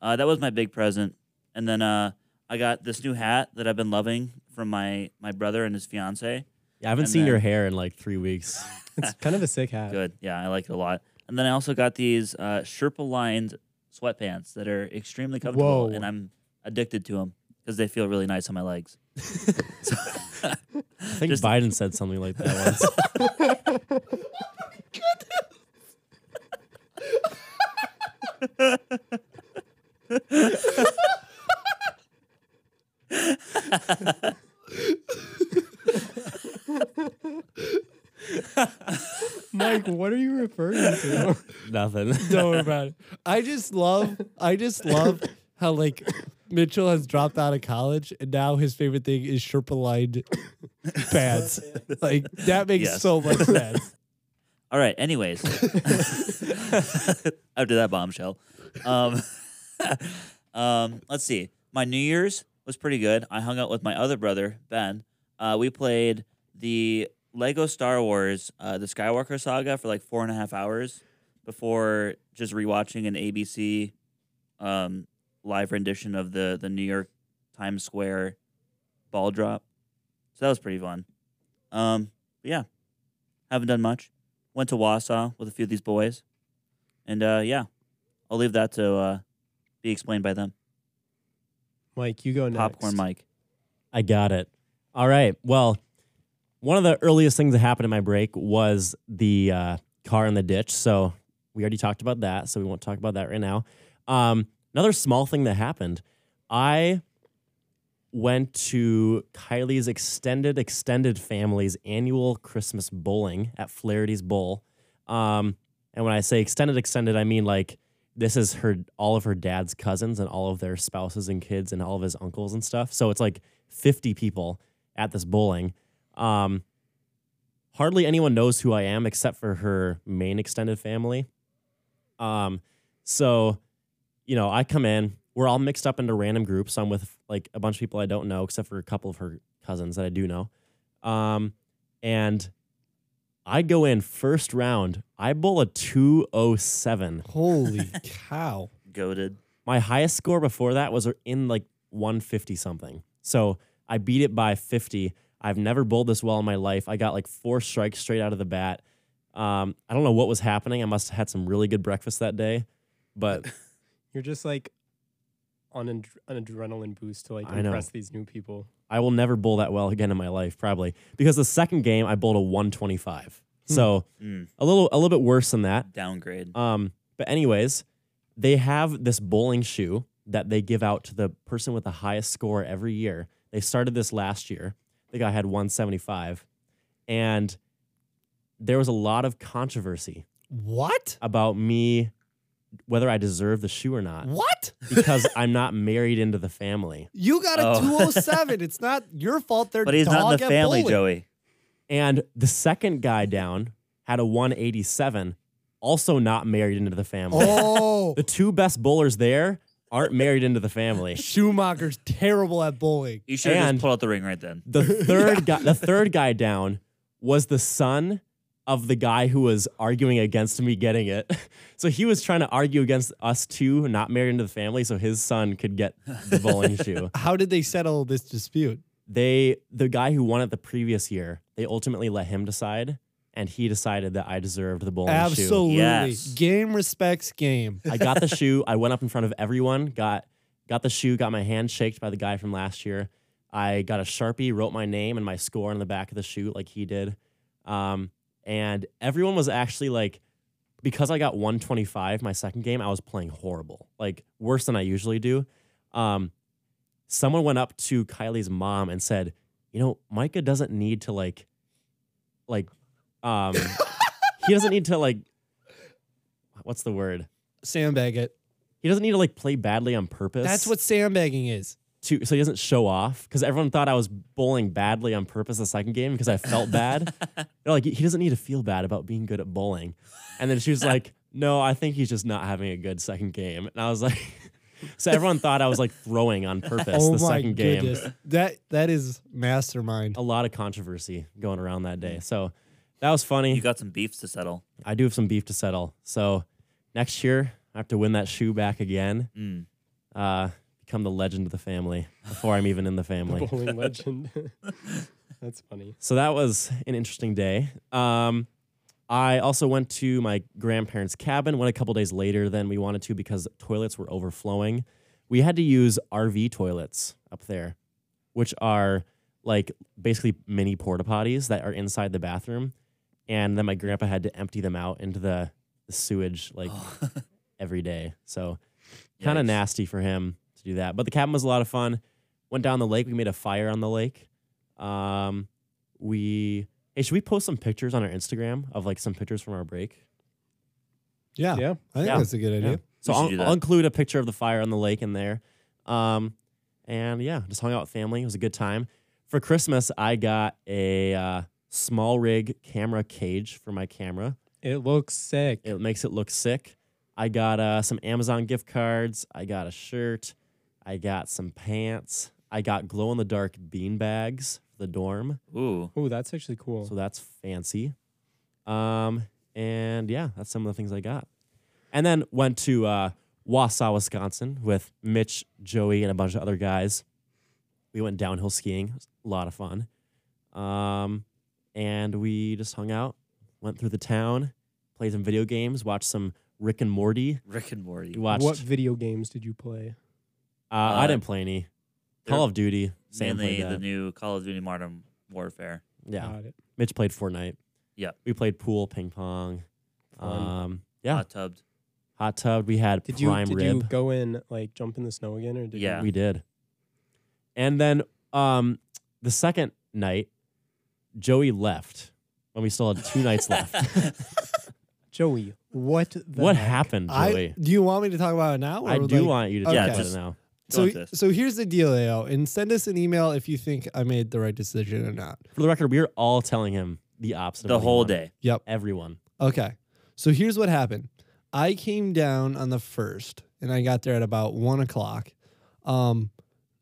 Speaker 1: uh, that was my big present, and then uh, I got this new hat that I've been loving from my my brother and his fiance.
Speaker 3: Yeah, I haven't
Speaker 1: And
Speaker 3: seen
Speaker 1: then-
Speaker 3: your hair in like three weeks.
Speaker 2: It's kind of a sick hat.
Speaker 1: Good. Yeah, I like it a lot. And then I also got these uh, Sherpa lined sweatpants that are extremely comfortable,
Speaker 2: Whoa.
Speaker 1: and I'm addicted to them because they feel really nice on my legs.
Speaker 3: I think
Speaker 1: Just-
Speaker 3: Biden said something like that once.
Speaker 2: Mike, what are you referring to?
Speaker 3: Nothing.
Speaker 4: Don't worry about it. I just love. I just love how like Mitchell has dropped out of college, and now his favorite thing is Sherpa lined pants. like that makes
Speaker 1: Yes.
Speaker 4: so much sense.
Speaker 1: All right. Anyways, after that bombshell, um, um, let's see. My New Year's was pretty good. I hung out with my other brother Ben. Uh, we played the Lego Star Wars, uh, the Skywalker Saga, for like four and a half hours before just rewatching an ABC um, live rendition of the the New York Times Square ball drop. So that was pretty fun. Um, but yeah, haven't done much went to Wausau with a few of these boys, and uh, yeah, I'll leave that to uh, be explained by them.
Speaker 2: Mike, you go next.
Speaker 1: Popcorn Mike.
Speaker 3: I got it. All right. Well, one of the earliest things that happened in my break was the uh, car in the ditch. So we already talked about that. So we won't talk about that right now. Um, another small thing that happened I went to Kylie's extended, extended family's annual Christmas bowling at Flaherty's Bowl. Um, and when I say extended, extended, I mean like this is her, all of her dad's cousins and all of their spouses and kids and all of his uncles and stuff. So it's like 50 people at this bowling. Um, hardly anyone knows who I am except for her main extended family. Um, so, you know, I come in, we're all mixed up into random groups. I'm with like a bunch of people I don't know, except for a couple of her cousins that I do know. Um, and I go in first round, I bowl a 207.
Speaker 4: Holy cow.
Speaker 1: Goaded.
Speaker 3: My highest score before that was in like 150 something. So I beat it by 50. I've never bowled this well in my life. I got like four strikes straight out of the bat. Um, I don't know what was happening. I must have had some really good breakfast that day, but
Speaker 2: You're just like on an, an adrenaline boost to like
Speaker 3: I know.
Speaker 2: impress these new people.
Speaker 3: I will never bowl that well again in my life, probably because the second game I bowled a 125. So
Speaker 1: Mm,
Speaker 3: a little, a little bit worse than that.
Speaker 1: downgrade.
Speaker 3: Um, but anyways, they have this bowling shoe that they give out to the person with the highest score every year. They started this last year. The guy had 175, and there was a lot of controversy
Speaker 4: What?
Speaker 3: about me whether I deserve the shoe or not
Speaker 4: What?
Speaker 3: because I'm not married into the family.
Speaker 4: You got a
Speaker 1: Oh.
Speaker 4: 207. it's not your fault. They're
Speaker 1: but he's not in the family, Joey.
Speaker 3: And the second guy down had a 187, also not married into the family.
Speaker 4: Oh,
Speaker 3: The two best bowlers there aren't married into the family.
Speaker 4: Schumacher's terrible at bowling.
Speaker 1: You should have
Speaker 3: And-
Speaker 1: just pulled out the ring right then.
Speaker 3: The third guy, the third guy down was the son of the guy who was arguing against me getting it. So he was trying to argue against us two, not married into the family, so his son could get the bowling shoe.
Speaker 4: How did they settle this dispute?
Speaker 3: They, the guy who won it the previous year, they ultimately let him decide, and he decided that I deserved the bowling shoe.
Speaker 4: Absolutely.
Speaker 1: Yes.
Speaker 4: Game respects game.
Speaker 3: I got the shoe. I went up in front of everyone. Got got the shoe. Got my hand shaked by the guy from last year. I got a sharpie, wrote my name and my score on the back of the shoe, like he did. Um, and everyone was actually like, because I got 125 my second game, I was playing horrible, like worse than I usually do. Um, someone went up to Kylie's mom and said, "You know, Micah doesn't need to like, like, um, he doesn't need to like, what's the word?
Speaker 4: Sandbag it.
Speaker 3: He doesn't need to like play badly on purpose.
Speaker 4: That's what sandbagging is.
Speaker 3: to, so he doesn't show off because everyone thought I was bowling badly on purpose the second game because I felt bad. They're like, he doesn't need to feel bad about being good at bowling. And then she was like, no, I think he's just not having a good second game. And I was like, so everyone thought I was like throwing on purpose
Speaker 4: oh
Speaker 3: the
Speaker 4: my
Speaker 3: second game.
Speaker 4: goodness. That that is mastermind.
Speaker 3: A lot of controversy going around that day. So that was funny.
Speaker 1: You got some beefs to settle.
Speaker 3: I do have some beef to settle. So next year, I have to win that shoe back again.
Speaker 1: Mm.
Speaker 3: Uh, become the legend of the family before I'm even in the family.
Speaker 2: Bowling legend. That's funny.
Speaker 3: So that was an interesting day. Um, I also went to my grandparents' cabin. Went a couple days later than we wanted to because toilets were overflowing. We had to use RV toilets up there, which are like basically mini porta potties that are inside the bathroom, and then my grandpa had to empty them out into the, the sewage like every day. So kind of
Speaker 1: Yikes.
Speaker 3: nasty for him to do that. But the cabin was a lot of fun. Went down the lake. We made a fire on the lake. Um, we hey, should we post some pictures on our Instagram of like some pictures from our break?
Speaker 4: Yeah.
Speaker 2: Yeah.
Speaker 4: I think
Speaker 3: Yeah.
Speaker 4: that's a good idea.
Speaker 3: Yeah. So
Speaker 1: We should do
Speaker 3: I'll,
Speaker 1: that.
Speaker 3: I'll include a picture of the fire on the lake in there. Um, and yeah, just hung out with family. It was a good time. For Christmas, I got a uh, small rig camera cage for my camera.
Speaker 2: It looks sick.
Speaker 3: It makes it look sick. I got uh, some Amazon gift cards. I got a shirt. I got some pants. I got glow in the dark bean bags for the dorm.
Speaker 1: Ooh.
Speaker 2: oh, that's actually cool.
Speaker 3: So that's fancy. Um, and yeah, that's some of the things I got. And then went to uh, Wausau, Wisconsin with Mitch, Joey, and a bunch of other guys. We went downhill skiing. It was a lot of fun. Um, and we just hung out, went through the town, played some video games, watched some Rick and Morty.
Speaker 1: Rick and Morty.
Speaker 3: We watched.
Speaker 2: What video games did you play?
Speaker 3: uh, I
Speaker 1: Uh,
Speaker 3: didn't play any. Call of Duty. Sam
Speaker 1: mainly
Speaker 3: played
Speaker 1: the
Speaker 3: that.
Speaker 1: new Call of Duty Modern Warfare.
Speaker 3: yeah.
Speaker 2: Got it.
Speaker 3: Mitch played Fortnite.
Speaker 1: Yep.
Speaker 3: We played pool, ping pong.
Speaker 2: Fun.
Speaker 3: Um, yeah.
Speaker 1: Hot tubbed.
Speaker 3: Hot tub. We had
Speaker 2: Did you
Speaker 3: prime
Speaker 2: did
Speaker 3: rib.
Speaker 2: you go in like jump in the snow again or did
Speaker 1: Yeah.
Speaker 2: You,
Speaker 3: We did. And then um, the second night, Joey left when we still had two nights left.
Speaker 2: Joey, what the
Speaker 3: What
Speaker 2: heck?
Speaker 3: happened,
Speaker 4: I
Speaker 3: Joey?
Speaker 4: do you want me to talk about it now? or
Speaker 3: I,
Speaker 4: would
Speaker 3: do
Speaker 4: like-
Speaker 3: want you to
Speaker 4: Okay.
Speaker 3: talk
Speaker 1: Yeah,
Speaker 3: about it
Speaker 1: just-
Speaker 3: now.
Speaker 1: Go
Speaker 4: So,
Speaker 1: with this.
Speaker 4: so here's the deal, AO, and send us an email if you think I made the right decision or not.
Speaker 3: For the record, we were all telling him the opposite. of
Speaker 1: the
Speaker 3: what he
Speaker 1: whole
Speaker 3: wanted.
Speaker 1: day.
Speaker 4: Yep.
Speaker 3: Everyone.
Speaker 4: Okay. So here's what happened. I came down on the first, and I got there at about one o'clock. Um,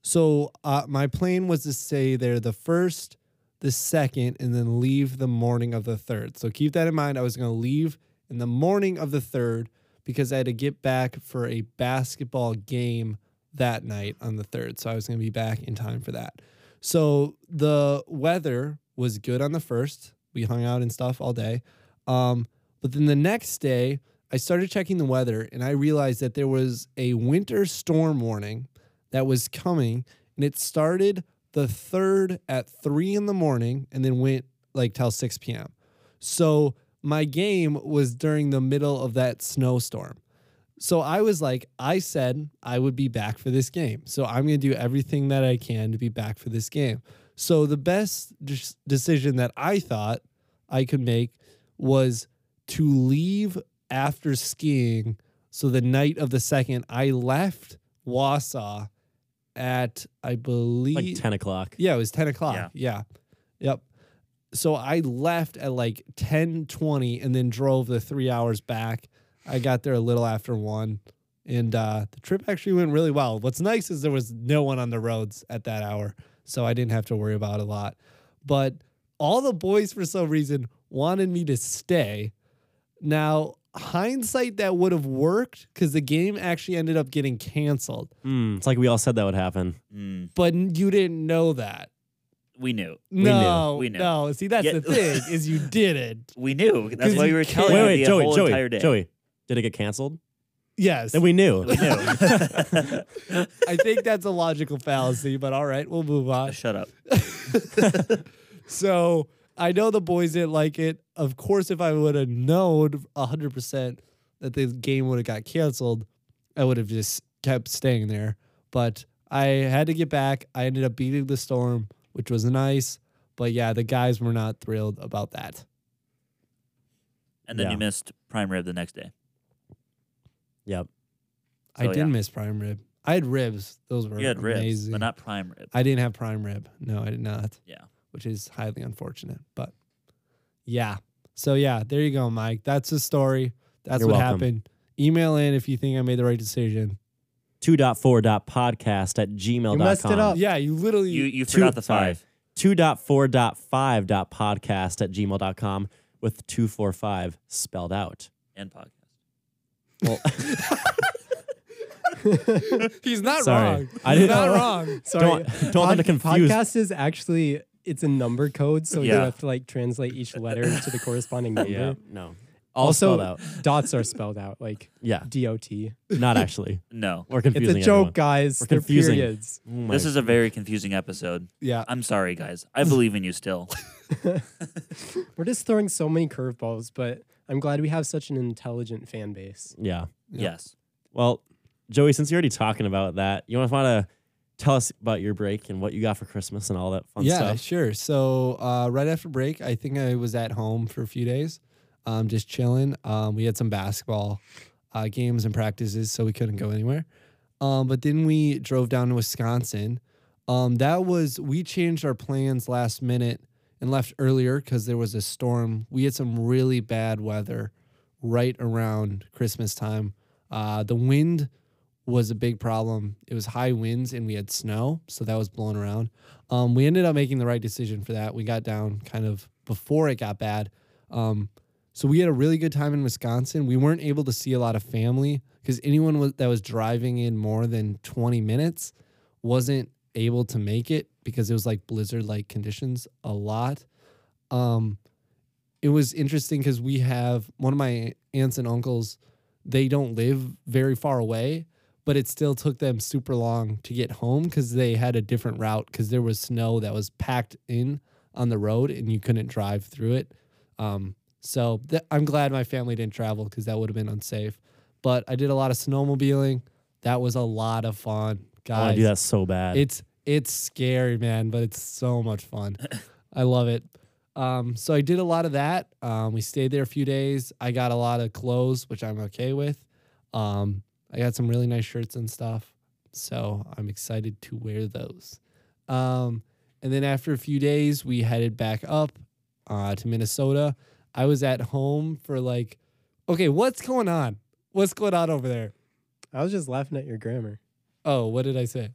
Speaker 4: so uh, my plan was to stay there the first, the second, and then leave the morning of the third. So keep that in mind. I was going to leave in the morning of the third because I had to get back for a basketball game that night on the third. So I was going to be back in time for that. So the weather was good on the first. We hung out and stuff all day. Um, but then the next day, I started checking the weather and I realized that there was a winter storm warning that was coming. And it started the third at three in the morning and then went like till 6 p.m. So my game was during the middle of that snowstorm. So I was like, I said I would be back for this game. So I'm going to do everything that I can to be back for this game. So the best des- decision that I thought I could make was to leave after skiing. So the night of the second, I left Wausau at, I believe,
Speaker 3: Like 10 o'clock.
Speaker 4: yeah, it was 10 o'clock.
Speaker 1: Yeah.
Speaker 4: Yeah. Yep. So I left at like 10:20 and then drove the 3 hours back. I got there a little after 1 and uh, the trip actually went really well. What's nice is there was no one on the roads at that hour, so I didn't have to worry about a lot. But all the boys for some reason wanted me to stay. Now, hindsight that would have worked cuz the game actually ended up getting canceled.
Speaker 3: Mm, it's like we all said that would happen.
Speaker 1: Mm,
Speaker 4: But you didn't know that.
Speaker 1: we knew.
Speaker 3: knew.
Speaker 4: No,
Speaker 1: We knew.
Speaker 4: no. See, that's
Speaker 1: Yeah.
Speaker 4: the thing is you didn't.
Speaker 1: We knew. That's
Speaker 4: 'Cause
Speaker 1: why we
Speaker 4: you
Speaker 1: were
Speaker 4: can't-
Speaker 1: telling
Speaker 3: wait,
Speaker 1: you
Speaker 3: wait,
Speaker 1: the
Speaker 3: Joey,
Speaker 1: whole
Speaker 3: Joey,
Speaker 1: entire day.
Speaker 3: Joey. Did it get canceled?
Speaker 4: Yes,
Speaker 3: Then we knew.
Speaker 1: We knew.
Speaker 4: I think that's a logical fallacy, but all right, we'll move on.
Speaker 1: Uh, Shut up.
Speaker 4: So I know the boys didn't like it. Of course, if I would have known hundred percent that the game would have got canceled, I would have just kept staying there. But I had to get back. I ended up beating the storm, which was nice. But yeah, the guys were not thrilled about that.
Speaker 1: And then
Speaker 3: Yeah.
Speaker 1: you missed prime rib the next day.
Speaker 3: yep.
Speaker 4: I
Speaker 1: So,
Speaker 4: did
Speaker 1: yeah.
Speaker 4: miss prime rib. I had ribs. Those were
Speaker 1: You had ribs,
Speaker 4: amazing.
Speaker 1: but not prime rib.
Speaker 4: I didn't have prime rib. No, I did not.
Speaker 1: Yeah.
Speaker 4: Which is highly unfortunate. But yeah. So yeah, there you go, Mike. That's the story. That's
Speaker 3: You're
Speaker 4: what
Speaker 3: welcome.
Speaker 4: happened. Email in if you think I made the right decision.
Speaker 3: 2.4.podcast at gmail.com.
Speaker 2: messed it up.
Speaker 4: Yeah, you literally
Speaker 1: Uh, You you
Speaker 3: Two-
Speaker 1: forgot the
Speaker 3: sorry.
Speaker 1: five.
Speaker 3: 2.4.5.podcast at gmail.com with 245 spelled out.
Speaker 1: and podcast.
Speaker 4: He's not
Speaker 3: Sorry.
Speaker 4: wrong.
Speaker 3: I
Speaker 4: He's
Speaker 3: didn't-
Speaker 4: not wrong.
Speaker 2: Sorry.
Speaker 3: Don't, don't have to confuse.
Speaker 2: Podcast is actually it's a number code, so you
Speaker 1: Yeah.
Speaker 2: have to like translate each letter to the corresponding number.
Speaker 3: Yeah, no. All
Speaker 2: Also,
Speaker 3: spelled out.
Speaker 2: dots are spelled out like
Speaker 3: Yeah,
Speaker 2: D O T.
Speaker 3: not actually.
Speaker 1: No,
Speaker 3: We're
Speaker 2: It's
Speaker 3: confusing
Speaker 2: a joke,
Speaker 3: everyone.
Speaker 2: guys.
Speaker 3: We're
Speaker 2: They're
Speaker 3: confusing.
Speaker 2: periods.
Speaker 3: Oh my
Speaker 1: this is a very confusing episode.
Speaker 4: Yeah.
Speaker 1: I'm sorry, guys. I believe in you still.
Speaker 2: We're just throwing so many curveballs, but I'm glad we have such an intelligent fan base.
Speaker 3: Yeah.
Speaker 1: Yes.
Speaker 3: Well, Joey, since you're already talking about that, you want to tell us about your break and what you got for Christmas and all that fun
Speaker 4: yeah,
Speaker 3: stuff.
Speaker 4: sure. So uh, right after break, I think I was at home for a few days, um, just chilling. Um, we had some basketball uh, games and practices, so we couldn't go anywhere. Um, but then we drove down to Wisconsin. Um, that was we changed our plans last minute and left earlier because there was a storm. We had some really bad weather right around Christmas time. Uh, the wind was a big problem. It was high winds and we had snow, so that was blowing around. Um, we ended up making the right decision for that. We got down kind of before it got bad. Um, so we had a really good time in Wisconsin. We weren't able to see a lot of family because anyone was, that was driving in more than 20 minutes wasn't able to make it because it was like blizzard like conditions a lot. Um, it was interesting because we have one of my aunts and uncles, they don't live very far away, but it still took them super long to get home because they had a different route because there was snow that was packed in on the road and you couldn't drive through it. Um, so th- I'm glad my family didn't travel because that would have been unsafe. But I did a lot of snowmobiling. That was a lot of fun,
Speaker 3: I want
Speaker 4: guys.
Speaker 3: to do that so bad.
Speaker 4: It's it's scary, man, but it's so much fun. I love it. Um, so I did a lot of that. Um, we stayed there a few days. I got a lot of clothes, which I'm okay with. Um, I got some really nice shirts and stuff, so I'm excited to wear those. Um, and then after a few days, we headed back up uh, to Minnesota. I was at home for like, okay, what's going on? What's going on over there?
Speaker 2: I was just laughing at your grammar.
Speaker 4: Oh, what did I say?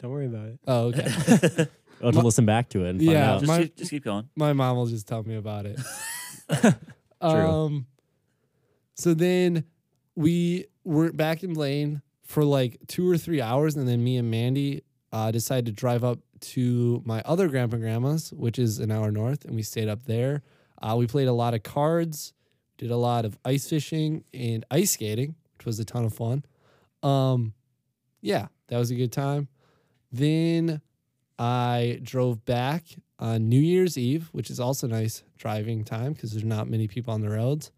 Speaker 2: Don't worry about it.
Speaker 4: Oh, okay.
Speaker 1: just,
Speaker 3: oh, to
Speaker 4: my-
Speaker 3: listen back to it and find
Speaker 4: Yeah.
Speaker 3: out.
Speaker 4: My-
Speaker 1: keep, just keep going.
Speaker 4: my mom will just tell me about it. Um, so then we were back in Blaine for like two or three hours, and then me and Mandy uh, decided to drive up to my other grandpa and grandma's, which is an hour north, and we stayed up there. Uh, we played a lot of cards, did a lot of ice fishing and ice skating, which was a ton of fun. Um, yeah, that was a good time. Then I drove back on New Year's Eve, which is also nice driving time because there's not many people on the roads.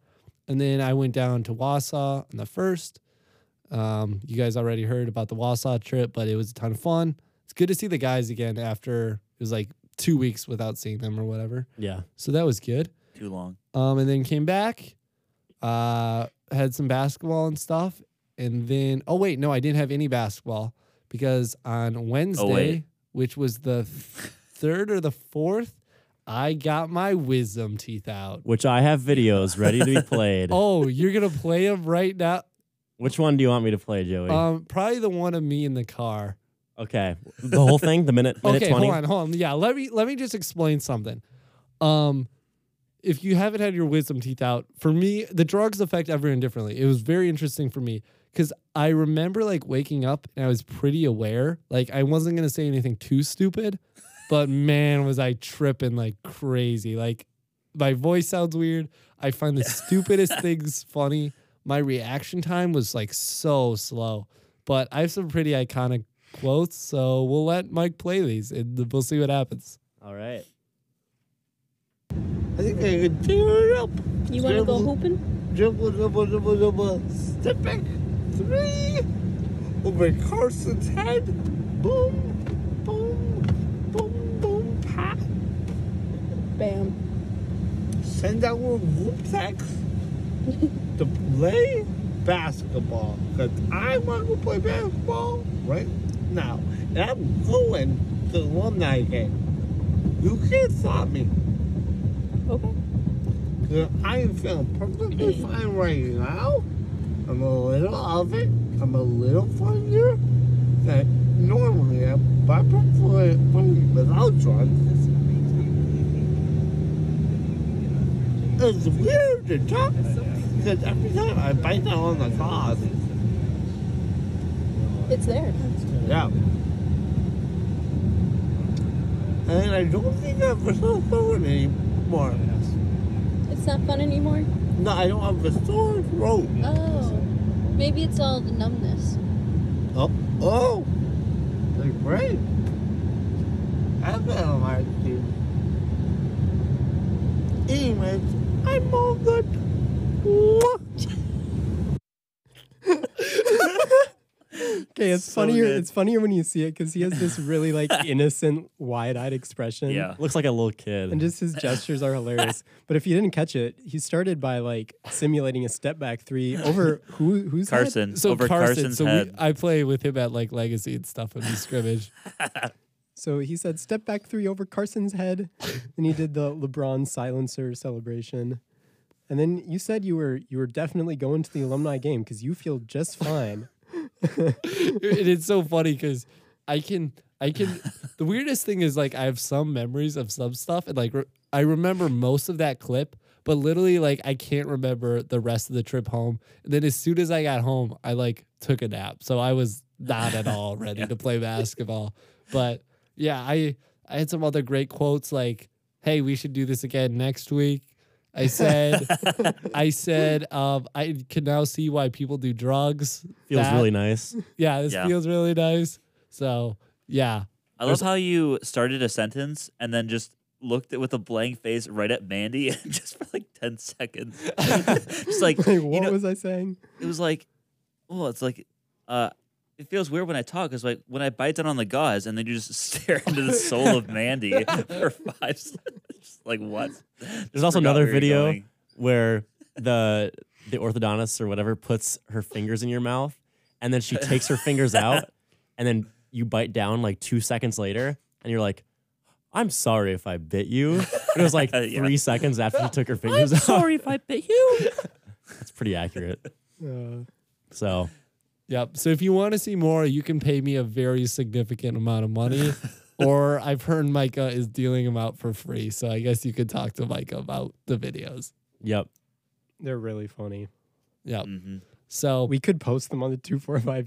Speaker 4: And then I went down to Wausau on the first. Um, you guys already heard about the Wausau trip, but it was a ton of fun. It's good to see the guys again after it was like two weeks without seeing them or whatever.
Speaker 3: Yeah.
Speaker 4: So that was good.
Speaker 1: Too long.
Speaker 4: Um, and then came back, uh, had some basketball and stuff. And then, oh, wait, no, I didn't have any basketball because on Wednesday,
Speaker 1: wait.
Speaker 4: which was the th- third or the fourth, I got my wisdom teeth out.
Speaker 3: Which I have videos ready to be played.
Speaker 4: Oh, you're going to play them right now?
Speaker 3: Which one do you want me to play, Joey?
Speaker 4: Um, probably the one of me in the car.
Speaker 3: okay. The whole thing? The minute minute
Speaker 4: okay,
Speaker 3: 20?
Speaker 4: hold on, hold on. Yeah, let me let me just explain something. Um, if you haven't had your wisdom teeth out, for me, the drugs affect everyone differently. It was very interesting for me because I remember like waking up and I was pretty aware. Like I wasn't gonna say anything too stupid, but man, was I tripping like crazy. Like my voice sounds weird. I find the stupidest things funny. My reaction time was like so slow, but I have some pretty iconic quotes. So we'll let Mike play these and we'll see what happens.
Speaker 3: All right.
Speaker 5: I think I could tear it up.
Speaker 6: You want to go
Speaker 5: Dribble,
Speaker 6: hooping?
Speaker 5: Dribble, dribble, dribble, dribble. Step back. Three. Over Carson's head. Boom, boom, boom, boom, pop.
Speaker 6: Bam.
Speaker 5: Send out our whoop sacks to play basketball. Because I want to play basketball right now. And I'm going to the alumni game. You can't stop me.
Speaker 6: Okay.
Speaker 5: Yeah, I am feeling perfectly fine right now. I'm a little of it. I'm a little funnier than normally am, but I'm perfectly fine without drugs. It's weird to talk because every time I bite down on the cause,
Speaker 6: It's there.
Speaker 5: yeah. And I don't think I'm a phone anymore.
Speaker 6: It's not fun anymore.
Speaker 5: No, I don't have a sore throat.
Speaker 6: Oh. Maybe it's all the numbness.
Speaker 5: Oh, oh, they're great. I've been on my team. Anyways, I'm all good. What?
Speaker 2: Okay, it's
Speaker 1: So
Speaker 2: funnier.
Speaker 1: good.
Speaker 2: It's funnier when you see it because he has this really like innocent, wide-eyed expression.
Speaker 1: Yeah.
Speaker 3: Looks like a little kid.
Speaker 2: And just his gestures are hilarious. But if you didn't catch it, he started by like simulating a step back three over who who's head?
Speaker 1: Carson over Carson's
Speaker 4: so
Speaker 1: head.
Speaker 4: We, I play with him at like legacy and stuff when we scrimmage.
Speaker 2: So he said step back three over Carson's head, and he did the LeBron silencer celebration. And then you said you were you were definitely going to the alumni game because you feel just fine.
Speaker 4: it is so funny because I can I can the weirdest thing is like I have some memories of some stuff and like re- I remember most of that clip but literally like I can't remember the rest of the trip home and then as soon as I got home I like took a nap so I was not at all ready to play basketball but yeah I I had some other great quotes like hey we should do this again next week I said, I said, um, I can now see why people do drugs.
Speaker 3: Feels
Speaker 4: That-
Speaker 3: really nice.
Speaker 4: Yeah, this
Speaker 1: Yeah.
Speaker 4: feels really nice. So yeah,
Speaker 1: I love how you started a sentence and then just looked at with a blank face right at Mandy and just for like 10 seconds. just like,
Speaker 2: Like,
Speaker 1: you
Speaker 2: what
Speaker 1: know,
Speaker 2: was I saying?
Speaker 1: it was like, well, it's like, uh, it feels weird when I talk because like when I bite down on the gauze and then you just stare into the soul of Mandy for five seconds. Just like what?
Speaker 3: There's also
Speaker 1: Forgot
Speaker 3: another
Speaker 1: where you're
Speaker 3: video
Speaker 1: going.
Speaker 3: where the the orthodontist or whatever puts her fingers in your mouth and then she takes her fingers out and then you bite down like two seconds later and you're like i'm sorry if i bit you it was like
Speaker 1: Yeah.
Speaker 3: three seconds after she took her fingers out
Speaker 1: Sorry if I bit you.
Speaker 3: it's pretty accurate
Speaker 2: Uh,
Speaker 3: so
Speaker 4: Yep. So if you want to see more, you can pay me a very significant amount of money, or I've heard Micah is dealing them out for free. So I guess you could talk to Micah about the videos.
Speaker 3: yep
Speaker 2: they're really funny.
Speaker 4: Yep.
Speaker 1: hmm
Speaker 4: So we,
Speaker 2: We could post them on the 245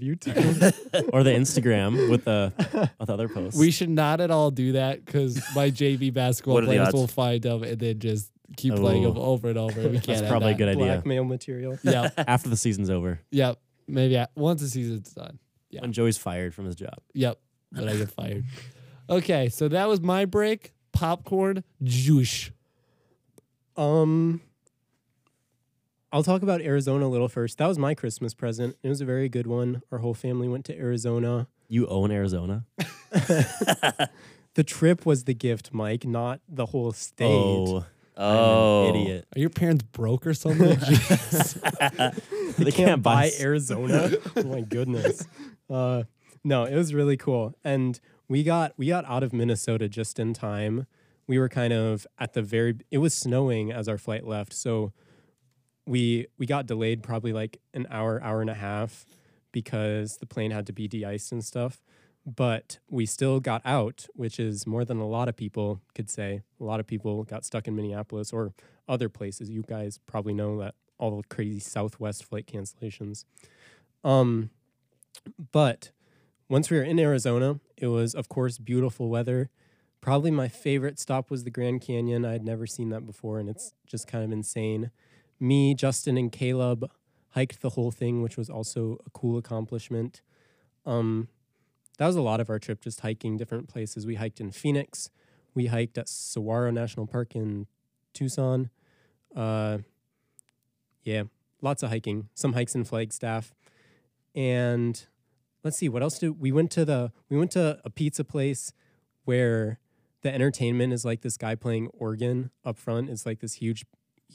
Speaker 2: YouTube.
Speaker 3: or the instagram with the with other posts
Speaker 4: should not at all do that because my JV basketball
Speaker 1: What are the
Speaker 4: players
Speaker 1: odds?
Speaker 4: will find them and then just keep playing them
Speaker 3: Oh.
Speaker 4: over and over. We can't.
Speaker 3: that's
Speaker 4: have
Speaker 3: probably a
Speaker 4: that.
Speaker 3: good idea
Speaker 2: Blackmail material.
Speaker 4: Yep.
Speaker 3: after the season's over
Speaker 4: Yep. Maybe I, once the season's done. Yeah.
Speaker 3: when joey's fired from his job
Speaker 4: Yep. But I get fired. Okay. So that was my break. Popcorn juice.
Speaker 2: Um, I'll talk about Arizona a little first. That was my Christmas present. It was a very good one. Our whole family went to Arizona.
Speaker 3: you own arizona
Speaker 2: The trip was the gift, Mike, not the whole state.
Speaker 3: oh I'm an
Speaker 1: Oh,
Speaker 3: idiot
Speaker 4: Are your parents broke or something?
Speaker 3: they,
Speaker 2: they can't, buy Arizona. oh my goodness. Uh, no, it was really cool, and we got we got out of Minnesota just in time. We were kind of at the very. It was snowing as our flight left, so we we got delayed probably like an hour, hour and a half, because the plane had to be de-iced and stuff. But we still got out, which is more than a lot of people could say. A lot of people got stuck in Minneapolis or other places. You guys probably know that all the crazy Southwest flight cancellations. Um, but once we were in Arizona, it was of course beautiful weather. Probably my favorite stop was the Grand Canyon. I had never seen that before, and it's just kind of insane. Me, Justin, and Caleb hiked the whole thing, which was also a cool accomplishment. Um, that was a lot of our trip, just hiking different places. We hiked in Phoenix. We hiked at Saguaro National Park in Tucson. Uh, yeah, lots of hiking. Some hikes in Flagstaff, and let's see what else do we went to the we went to a pizza place where the entertainment is like this guy playing organ up front. It's like this huge,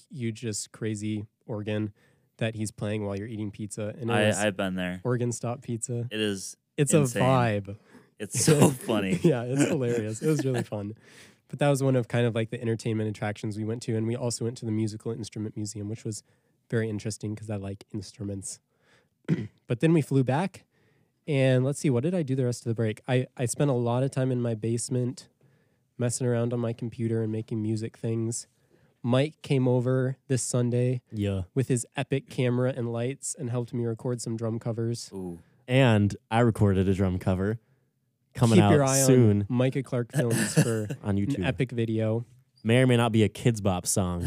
Speaker 2: huge, just crazy organ that he's playing while you're eating pizza, and
Speaker 1: I,
Speaker 2: it's
Speaker 1: I've been there.
Speaker 2: organ stop pizza.
Speaker 1: It is.
Speaker 2: It's
Speaker 1: Insane.
Speaker 2: a vibe.
Speaker 1: It's so funny.
Speaker 2: yeah, it's hilarious. It was really fun. But that was one of kind of like the entertainment attractions we went to. And we also went to the Musical Instrument Museum, which was very interesting because I like instruments. but then we flew back. And let's see, what did I do the rest of the break? I, I spent a lot of time in my basement messing around on my computer and making music things. Mike came over this Sunday
Speaker 3: yeah
Speaker 2: with his epic camera and lights and helped me record some drum covers.
Speaker 1: Ooh.
Speaker 3: and I recorded a drum cover coming
Speaker 2: Keep
Speaker 3: out
Speaker 2: your eye
Speaker 3: soon
Speaker 2: on Micah Clark Films for
Speaker 3: on, YouTube.
Speaker 2: an epic video.
Speaker 3: May or may not be a Kids Bop song.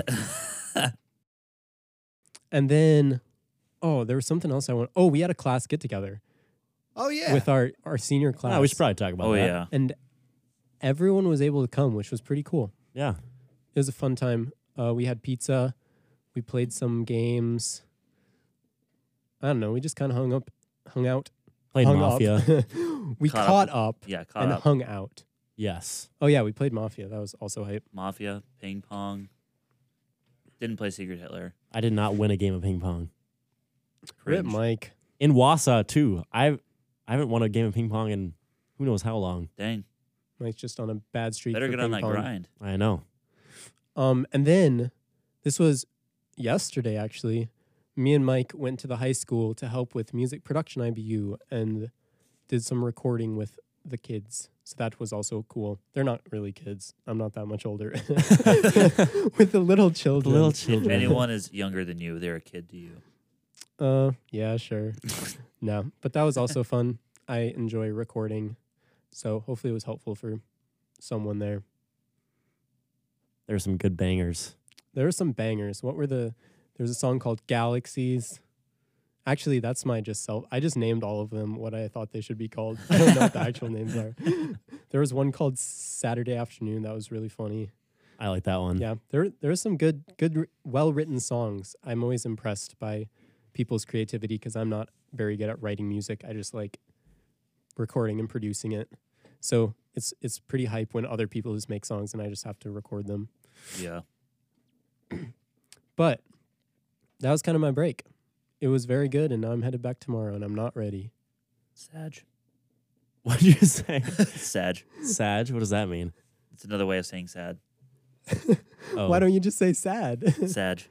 Speaker 2: And then, oh, there was something else I want. Oh, we had a class get together
Speaker 4: oh yeah.
Speaker 2: with our, our senior class.
Speaker 3: Ah, we should probably talk about
Speaker 1: Oh
Speaker 3: that.
Speaker 1: yeah.
Speaker 2: and everyone was able to come, which was pretty cool.
Speaker 3: Yeah.
Speaker 2: It was a fun time. Uh, we had pizza. We played some games. I don't know. We just kind of hung up, hung out,
Speaker 3: Played
Speaker 2: hung
Speaker 3: Mafia.
Speaker 2: up. we
Speaker 1: Caught
Speaker 2: caught
Speaker 1: up.
Speaker 2: up,
Speaker 1: Yeah. Caught
Speaker 2: and
Speaker 1: up.
Speaker 2: hung out.
Speaker 3: yes.
Speaker 2: Oh yeah, we played Mafia. That was also hype.
Speaker 1: Mafia. Ping pong. Didn't play Secret Hitler.
Speaker 3: I did not win a game of ping pong.
Speaker 2: Rip
Speaker 1: Cringe.
Speaker 2: Mike.
Speaker 3: In Wausau, too. I've, I haven't won a game of ping pong in who knows how long.
Speaker 1: Dang.
Speaker 2: Mike's just on a bad streak.
Speaker 1: Better
Speaker 2: for
Speaker 1: get on
Speaker 2: ping
Speaker 1: that
Speaker 2: pong.
Speaker 1: grind.
Speaker 3: I know.
Speaker 2: Um, and then this was yesterday actually. Me and Mike went to the high school to help with music production IBU and did some recording with the kids. So that was also cool. They're not really kids. I'm not that much older. with the little
Speaker 3: The
Speaker 2: children.
Speaker 3: little
Speaker 1: If
Speaker 3: children.
Speaker 1: anyone is younger than you, they're a kid to you.
Speaker 2: Uh, yeah, sure. no, but that was also fun. I enjoy recording, so hopefully it was helpful for someone there.
Speaker 3: There's some good bangers.
Speaker 2: There were some bangers. What were the? There's a song called Galaxies. Actually, that's my just self. I just named all of them what I thought they should be called. I don't know what the actual names are. There was one called Saturday Afternoon that was really funny.
Speaker 3: I like that one.
Speaker 2: Yeah, there there are some good good well written songs. I'm always impressed by people's creativity because I'm not very good at writing music. I just like recording and producing it. So it's it's pretty hype when other people just make songs and I just have to record them.
Speaker 1: Yeah.
Speaker 2: But that was kind of my break. It was very good, and now I'm headed back tomorrow, and I'm not ready.
Speaker 1: Sag.
Speaker 3: What did you say?
Speaker 1: Sag.
Speaker 3: Sag? What does that mean?
Speaker 1: It's another way of saying sad.
Speaker 3: Oh,
Speaker 2: Why don't you just say sad?
Speaker 1: Sag.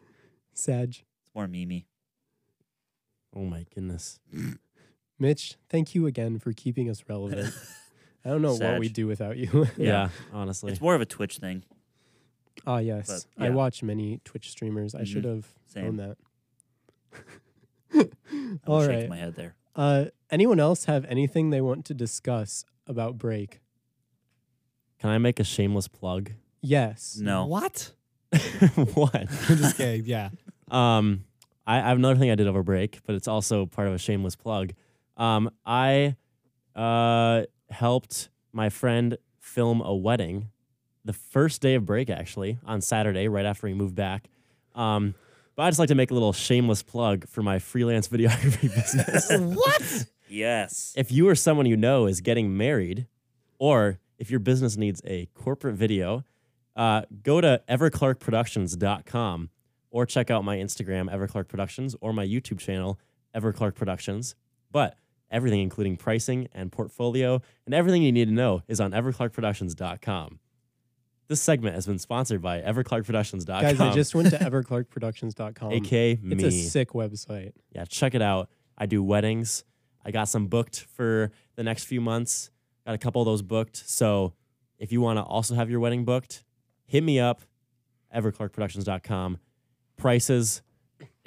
Speaker 1: It's
Speaker 2: Sag.
Speaker 1: more memey.
Speaker 3: oh my goodness.
Speaker 2: Mitch, thank you again for keeping us relevant. I don't know what
Speaker 1: Sag.
Speaker 2: we'd do without you.
Speaker 3: Yeah,
Speaker 1: Yeah.
Speaker 3: honestly.
Speaker 1: It's more of a Twitch thing.
Speaker 2: Ah, yes.
Speaker 1: But,
Speaker 2: I
Speaker 1: yeah. Mm-hmm.
Speaker 2: watch many Twitch streamers. I should have
Speaker 1: Same.
Speaker 2: known that.
Speaker 1: I'm
Speaker 2: All
Speaker 1: shaking
Speaker 2: right.
Speaker 1: my head there.
Speaker 2: Uh, anyone else have anything they want to discuss about break?
Speaker 3: Can I make a shameless plug?
Speaker 2: Yes.
Speaker 1: No.
Speaker 4: What?
Speaker 3: what?
Speaker 4: I'm just kidding. Yeah.
Speaker 3: Um, I, I have another thing I did over break, but it's also part of a shameless plug. Um, I uh, helped my friend film a wedding the first day of break, actually, on Saturday, right after we moved back. Um, but I just like to make a little shameless plug for my freelance videography business.
Speaker 4: what?
Speaker 1: Yes.
Speaker 3: if you or someone you know is getting married, or if your business needs a corporate video, uh, go to everclarkproductions.com or check out my Instagram, Everclark Productions, or my YouTube channel, Everclark Productions. But everything, including pricing and portfolio and everything you need to know, is on everclarkproductions.com. This segment has been sponsored by everclarkproductions.com,
Speaker 2: Guys,
Speaker 1: um.
Speaker 2: I just went to everclarkproductions.com.
Speaker 3: aka me.
Speaker 2: It's a sick website.
Speaker 3: Yeah, check it out. I do weddings. I got some booked for the next few months. Got a couple of those booked. So if you want to also have your wedding booked, hit me up, everclarkproductions.com. Prices,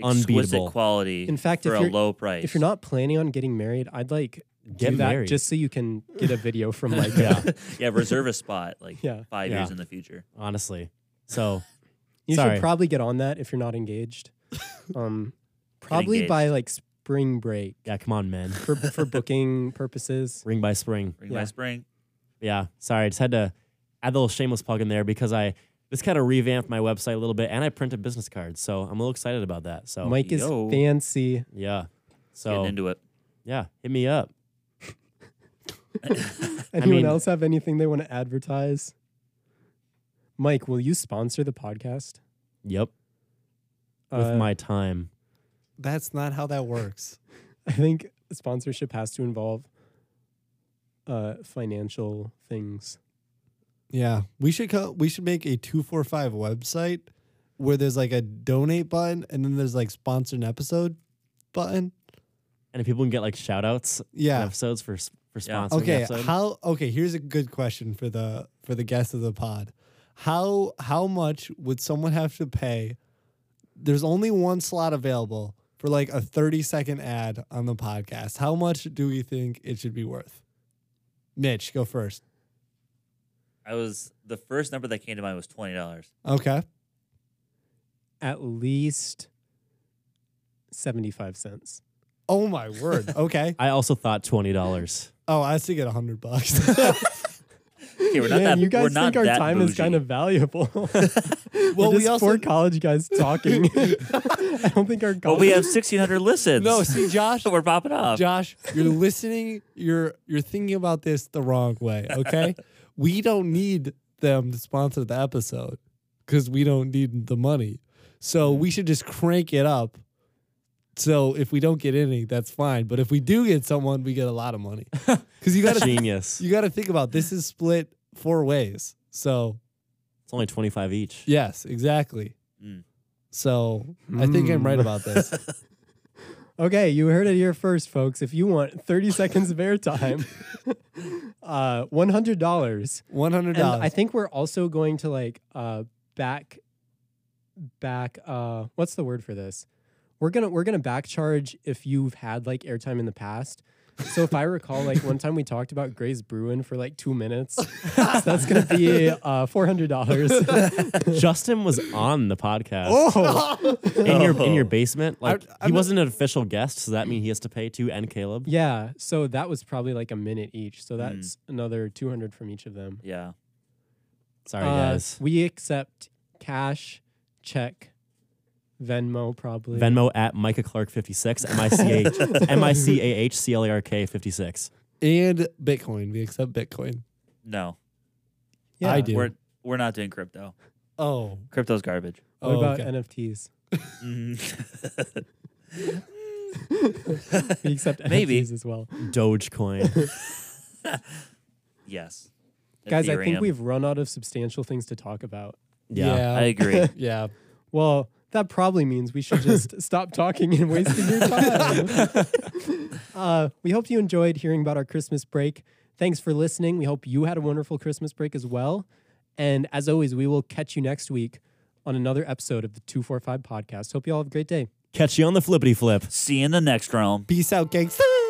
Speaker 3: unbeatable.
Speaker 1: Exquisite quality.
Speaker 2: In fact,
Speaker 1: for
Speaker 2: if
Speaker 1: a
Speaker 2: you're-
Speaker 1: low price.
Speaker 2: If you're not planning on getting married, I'd like
Speaker 3: Get
Speaker 2: do that
Speaker 3: married.
Speaker 2: just so you can get a video from like
Speaker 3: Yeah.
Speaker 1: yeah, reserve a spot like
Speaker 2: Yeah.
Speaker 1: five
Speaker 3: Yeah.
Speaker 1: years in the future.
Speaker 3: honestly. So
Speaker 2: You
Speaker 3: Sorry.
Speaker 2: should probably get on that if you're not engaged. Um, probably
Speaker 1: engaged.
Speaker 2: by like spring break
Speaker 3: yeah, come on, man.
Speaker 2: for for booking purposes.
Speaker 3: Ring by spring.
Speaker 1: Ring by
Speaker 2: Yeah.
Speaker 1: spring.
Speaker 3: Yeah, sorry, I just had to add a little shameless plug in there because I just kind of revamped my website a little bit and I printed business cards. So I'm a little excited about that. So
Speaker 2: Mike is
Speaker 1: yo.
Speaker 2: fancy.
Speaker 3: yeah.
Speaker 1: Getting
Speaker 3: So
Speaker 1: into it.
Speaker 3: yeah, hit me up.
Speaker 2: Anyone
Speaker 3: mean-
Speaker 2: else have anything they want to advertise? Mike, will you sponsor the podcast?
Speaker 3: Yep. With
Speaker 2: Uh,
Speaker 3: my time.
Speaker 4: That's not how that works.
Speaker 2: I think sponsorship has to involve uh, financial things.
Speaker 4: Yeah. We should co- we should make a 245 website where there's like a donate button and then there's like sponsor an episode button.
Speaker 3: And if people can get like shout outs
Speaker 4: Yeah.
Speaker 3: episodes for s- for
Speaker 1: Yeah.
Speaker 3: sponsoring
Speaker 4: Okay,
Speaker 3: episode.
Speaker 4: how okay, here's a good question for the for the guest of the pod. How how much would someone have to pay? There's only one slot available for like a 30 second ad on the podcast. How much do we think it should be worth? Mitch, go first.
Speaker 1: I was the first number that came to mind was twenty dollars.
Speaker 4: Okay.
Speaker 2: At least 75 cents.
Speaker 4: Oh my word. Okay.
Speaker 3: I also thought twenty dollars.
Speaker 4: Oh, I still get a hundred bucks.
Speaker 1: Okay, we're not
Speaker 2: Man,
Speaker 1: that.
Speaker 2: you
Speaker 1: we're
Speaker 2: guys
Speaker 1: not
Speaker 2: think our
Speaker 1: that
Speaker 2: time
Speaker 1: bougie.
Speaker 2: is kind of valuable. well,
Speaker 4: Well, we
Speaker 2: just
Speaker 4: also-
Speaker 2: four college guys talking. I don't think our college
Speaker 1: Well, we have sixteen hundred listens.
Speaker 4: no, see, Josh,
Speaker 1: we're popping off.
Speaker 4: Josh, you're listening. You're you're thinking about this the wrong way. Okay, we don't need them to sponsor the episode because we don't need the money. So we should just crank it up. So if we don't get any, that's fine. But if we do get someone, we get a lot of money because you got to
Speaker 3: Genius.
Speaker 4: you got to think about this is split four ways. So
Speaker 3: It's only twenty five each.
Speaker 4: yes, exactly.
Speaker 1: Mm.
Speaker 4: So I think I'm right about this.
Speaker 2: Okay, you heard it here first, folks. If you want 30 seconds of airtime, uh, $100.
Speaker 4: One hundred
Speaker 2: And I
Speaker 4: dollars.
Speaker 2: think we're also going to like uh, back, back, uh, what's the word for this? We're gonna we're gonna back charge if you've had like airtime in the past. So if I recall, like one time we talked about Gray's Bruin for like two minutes. so that's gonna be uh, four hundred dollars.
Speaker 3: Justin was on the podcast. in your in your basement. Like he wasn't an official guest, so that means he has to pay too. And Caleb.
Speaker 2: yeah. So that was probably like a minute each.
Speaker 3: Hmm.
Speaker 2: So that's another two hundred from each of them.
Speaker 1: Yeah.
Speaker 3: Sorry,
Speaker 2: Uh,
Speaker 3: guys.
Speaker 2: We accept cash, check, Venmo probably.
Speaker 3: Venmo at Micah Clark fifty six M I C H M I C A H C L A R K fifty six.
Speaker 4: and Bitcoin. We accept Bitcoin.
Speaker 1: No.
Speaker 2: Yeah.
Speaker 4: I do.
Speaker 1: We're we're not doing crypto.
Speaker 4: Oh,
Speaker 1: Crypto's garbage.
Speaker 2: What
Speaker 4: Oh,
Speaker 2: about
Speaker 4: okay.
Speaker 2: NFTs?
Speaker 1: Mm.
Speaker 2: We accept
Speaker 1: Maybe.
Speaker 2: NFTs as well.
Speaker 3: Dogecoin.
Speaker 1: yes.
Speaker 2: Guys, I think
Speaker 1: Ethereum.
Speaker 2: we've run out of substantial things to talk about.
Speaker 3: Yeah.
Speaker 1: I agree.
Speaker 4: yeah.
Speaker 2: Well, that probably means we should just stop talking and wasting your time. uh, we hope you enjoyed hearing about our Christmas break. Thanks for listening. We hope you had a wonderful Christmas break as well. And as always, we will catch you next week on another episode of the 245 podcast. Hope you all have a great day.
Speaker 3: Catch you on the flippity flip.
Speaker 1: See you in the next realm.
Speaker 4: Peace out, gangsters.